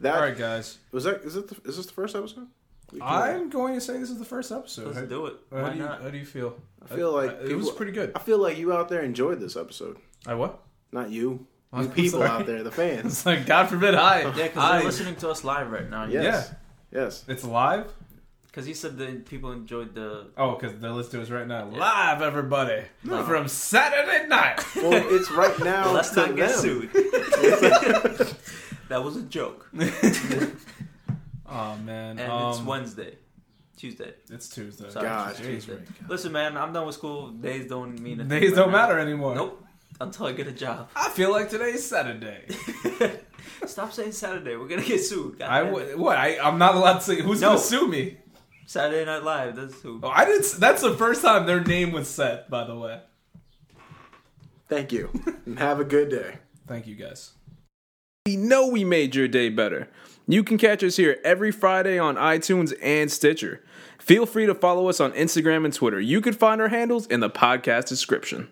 [SPEAKER 2] That
[SPEAKER 3] all right, guys.
[SPEAKER 2] was that. Is it? The, is this the first episode? We can-
[SPEAKER 3] I'm going to say this is the first episode.
[SPEAKER 4] Let's
[SPEAKER 3] How,
[SPEAKER 4] do it.
[SPEAKER 3] how
[SPEAKER 4] Why
[SPEAKER 3] do you,
[SPEAKER 4] not?
[SPEAKER 3] How do you feel? Uh,
[SPEAKER 2] I feel like
[SPEAKER 3] it was
[SPEAKER 2] people-
[SPEAKER 3] pretty good.
[SPEAKER 2] I feel like you out there enjoyed this episode.
[SPEAKER 3] I what?
[SPEAKER 2] Not you.
[SPEAKER 3] I'm
[SPEAKER 2] You people
[SPEAKER 3] sorry.
[SPEAKER 2] out there, the fans.
[SPEAKER 3] It's like God forbid I.
[SPEAKER 4] Yeah, because
[SPEAKER 3] I
[SPEAKER 4] they're listening to us live right now.
[SPEAKER 2] Yes. Yes.
[SPEAKER 3] It's live.
[SPEAKER 4] Because he said that people enjoyed the.
[SPEAKER 3] Oh, because they're listening to us right now,
[SPEAKER 4] Yeah.
[SPEAKER 3] live, everybody, from Saturday night.
[SPEAKER 2] Well, it's right now.
[SPEAKER 4] Let's
[SPEAKER 2] to
[SPEAKER 4] not get
[SPEAKER 2] them.
[SPEAKER 4] sued. that was a joke.
[SPEAKER 3] oh man,
[SPEAKER 4] And it's
[SPEAKER 3] Um,
[SPEAKER 4] Wednesday, Tuesday.
[SPEAKER 3] It's Tuesday.
[SPEAKER 4] Sorry,
[SPEAKER 2] God,
[SPEAKER 4] it's
[SPEAKER 3] Jeez,
[SPEAKER 4] Tuesday.
[SPEAKER 3] Rick.
[SPEAKER 4] Listen, man, I'm done with school. Days don't mean a thing
[SPEAKER 3] Days
[SPEAKER 4] right
[SPEAKER 3] don't
[SPEAKER 4] now.
[SPEAKER 3] matter anymore.
[SPEAKER 4] Nope. Until I get a job.
[SPEAKER 3] I feel like today's Saturday.
[SPEAKER 4] Stop saying Saturday. We're gonna get sued. God
[SPEAKER 3] I
[SPEAKER 4] damn
[SPEAKER 3] w- what? I, I'm not allowed to say who's
[SPEAKER 4] No.
[SPEAKER 3] gonna sue me.
[SPEAKER 4] it. Saturday Night Live. That's who.
[SPEAKER 3] Oh, I didn't. s- That's the first time their name was said. By the way,
[SPEAKER 2] Thank you. And have a good day.
[SPEAKER 3] thank you guys.
[SPEAKER 1] We know we made your day better. You can catch us here every Friday on iTunes and Stitcher. Feel free to follow us on Instagram and Twitter. You can find our handles in the podcast description.